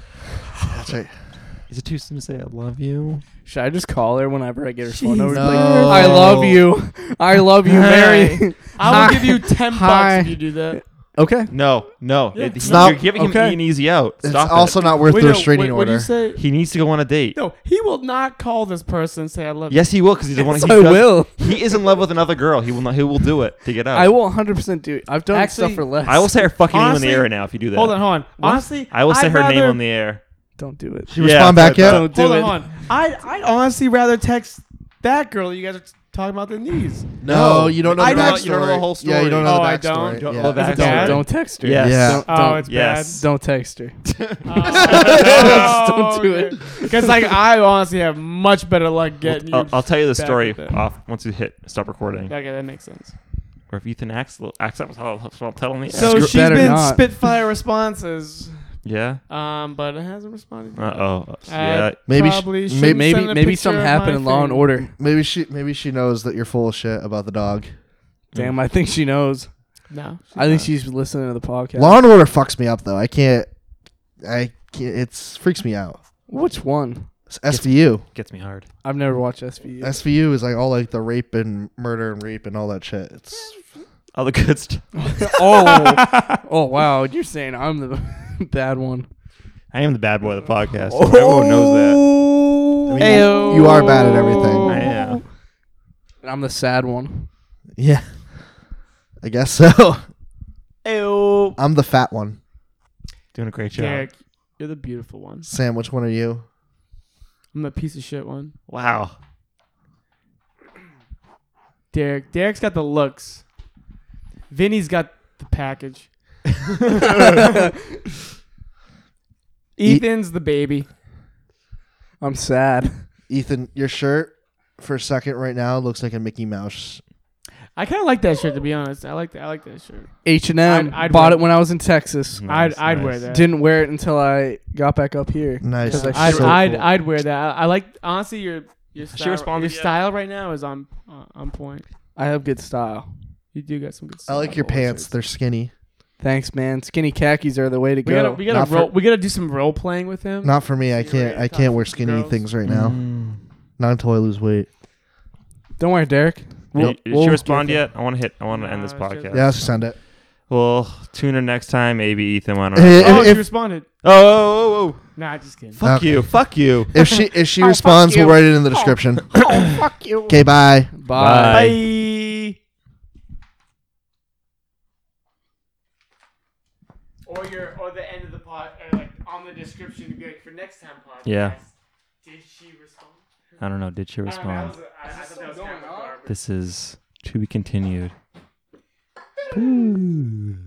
A: That's right.
B: is it too soon to say I love you?
D: Should I just call her whenever I get her phone number?
A: No.
D: Like, I love you. I love you, Mary.
C: I will
D: Hi.
C: give you ten
D: Hi.
C: bucks if you do that.
D: okay.
B: No, no.
C: Yeah.
B: It- he- E
A: Stop.
B: You're giving
D: Okay.
B: him an easy out.
A: It's
B: Stop it.
A: also not worth
C: Wait,
A: the
C: no,
A: restraining
C: wait, What
A: order.
C: do you say?
B: he needs to go on a date.
C: No, he will not call this person and say I love
B: Yes, he will because he's the one.
D: Yes,
B: he
D: I
B: does-
D: will.
B: He is in love with another girl. He will not. He will do it to get out.
D: I will 100% do it. I've done
C: Actually,
D: stuff for less.
B: I will say her fucking
C: Honestly-
B: name in the air now if you do
C: you.
B: that.
C: Hold on, hold on. Honestly,
B: I will say
C: I'd
B: her name
C: rather-
B: on the air.
D: Don't do it.
A: Did you respond back yet?
D: Don't do
C: hold
D: it.
C: on, hold on. I I'd honestly rather text that girl you guys are t- talking about than these.
A: No, you don't know.
C: I
A: the
C: don't-
A: backstory.
B: you don't know the whole
A: Yeah, you
B: story.
A: don't know
C: Oh,
A: the
C: I
A: backstory.
C: don't?
B: Don't
A: yeah.
B: know the
C: Is it
B: backstory.
C: bad?
D: Don't text her.
B: Yes.
A: Yeah.
D: Don't,
C: Oh,
D: don't-
C: it's
B: yes.
D: don't text her.
C: bad.
D: Don't do it.
C: Because Oh. like I honestly have much better luck getting
B: I'll,
C: you.
B: I'll tell you the
C: back
B: story
C: with it.
B: off once you hit stop recording.
C: okay, that makes sense.
B: Or if Ethan acts, acts up, I'll, I'll tell him. the-
C: So
D: Screw-
C: she's
D: better
C: been
D: not.
C: spitfire responses,
B: yeah.
C: um, but it hasn't responded.
B: Uh oh.
C: I
B: Yeah.
A: Maybe sh-
C: probably
A: may-
C: should
A: Maybe-
D: Maybe maybe something happened in Law and Order.
A: Maybe she. Maybe she knows that you're full of shit about the dog.
D: Damn, I think she knows.
C: No,
D: I think she's listening to the podcast.
A: Law and Order fucks me up though. I can't. I can't. It's freaks me out.
D: Which one?
A: It's SVU.
B: Gets me hard.
D: I've never watched SVU.
A: SVU is like all like the rape and murder and rape and all that shit. It's
B: All the good stuff.
D: oh, oh wow! You're saying I'm the bad one.
B: I am the bad boy of the podcast. Everyone knows
A: I mean,
C: Ayo.
A: you are bad at everything.
B: that. I am.
D: And I'm the sad one.
A: Yeah, I guess so.
C: Ew.
A: I'm the fat one.
B: Doing a great job.
C: Derek, you're the beautiful one.
A: Sam, which one are you?
C: I'm the piece of shit one.
B: Wow.
C: Derek. Derek's got the looks. Vinny's got the package. Ethan's the baby.
D: I'm sad.
A: Ethan, your shirt for a second right now looks like a Mickey Mouse.
C: I kind of like that shirt to be honest. I like that. I like that shirt.
D: H and M
C: I'd- I'd
D: bought
C: wear-
D: it when I was in Texas.
C: I'd
B: Nice,
C: I'd
B: nice.
C: wear that.
D: Didn't wear it until I got back up here.
A: Nice.
D: Yeah.
C: I'd
A: So
C: I'd,
A: cool.
C: I'd wear that. I, I like honestly your your
B: she
C: style,
B: responded
C: your
B: yet?
C: style right now is on on- on point.
D: I have good style.
C: You do got some good
A: I
C: stuff.
A: like your
D: Always
A: pants.
D: is.
A: They're skinny.
D: Thanks, man. Skinny khakis are the way to
C: We
D: go.
C: gotta we gotta
A: Not for-
C: roll, we gotta do some role playing with him.
A: Not for me. I
C: You're
A: can't.
C: right.
A: I can't wear skinny
C: Girls.
A: things right now.
D: Mm-hmm.
B: Mm.
A: Not until I lose weight.
D: Don't worry, Derek. We'll-
B: Did, did
D: we'll
B: she respond
D: get
B: yet? I want to hit. I want to end this
C: No, she
B: podcast.
C: hasn't.
A: Yeah, let's just end it.
B: Well, tune in next time. Maybe Ethan. I don't know.
A: If,
C: oh,
A: if-
C: she responded.
B: Oh, oh, oh, oh,
C: Nah, just kidding.
B: fuck
A: Okay.
B: you, fuck you.
A: if she if she
D: Oh, fuck
A: responds, we'll
D: you.
A: write it in the description.
D: there. Oh fuck you.
A: Okay, bye.
D: Bye.
B: Bye.
C: Bye. Or your or the end of the pod or like on the description to be like for next time podcast.
B: Yeah.
C: Did she respond?
B: I don't know. Did she
C: I,
B: respond?
C: don't know, that was a- I- I thought that was kind of a garbage.
B: This is to be continued. Ooh.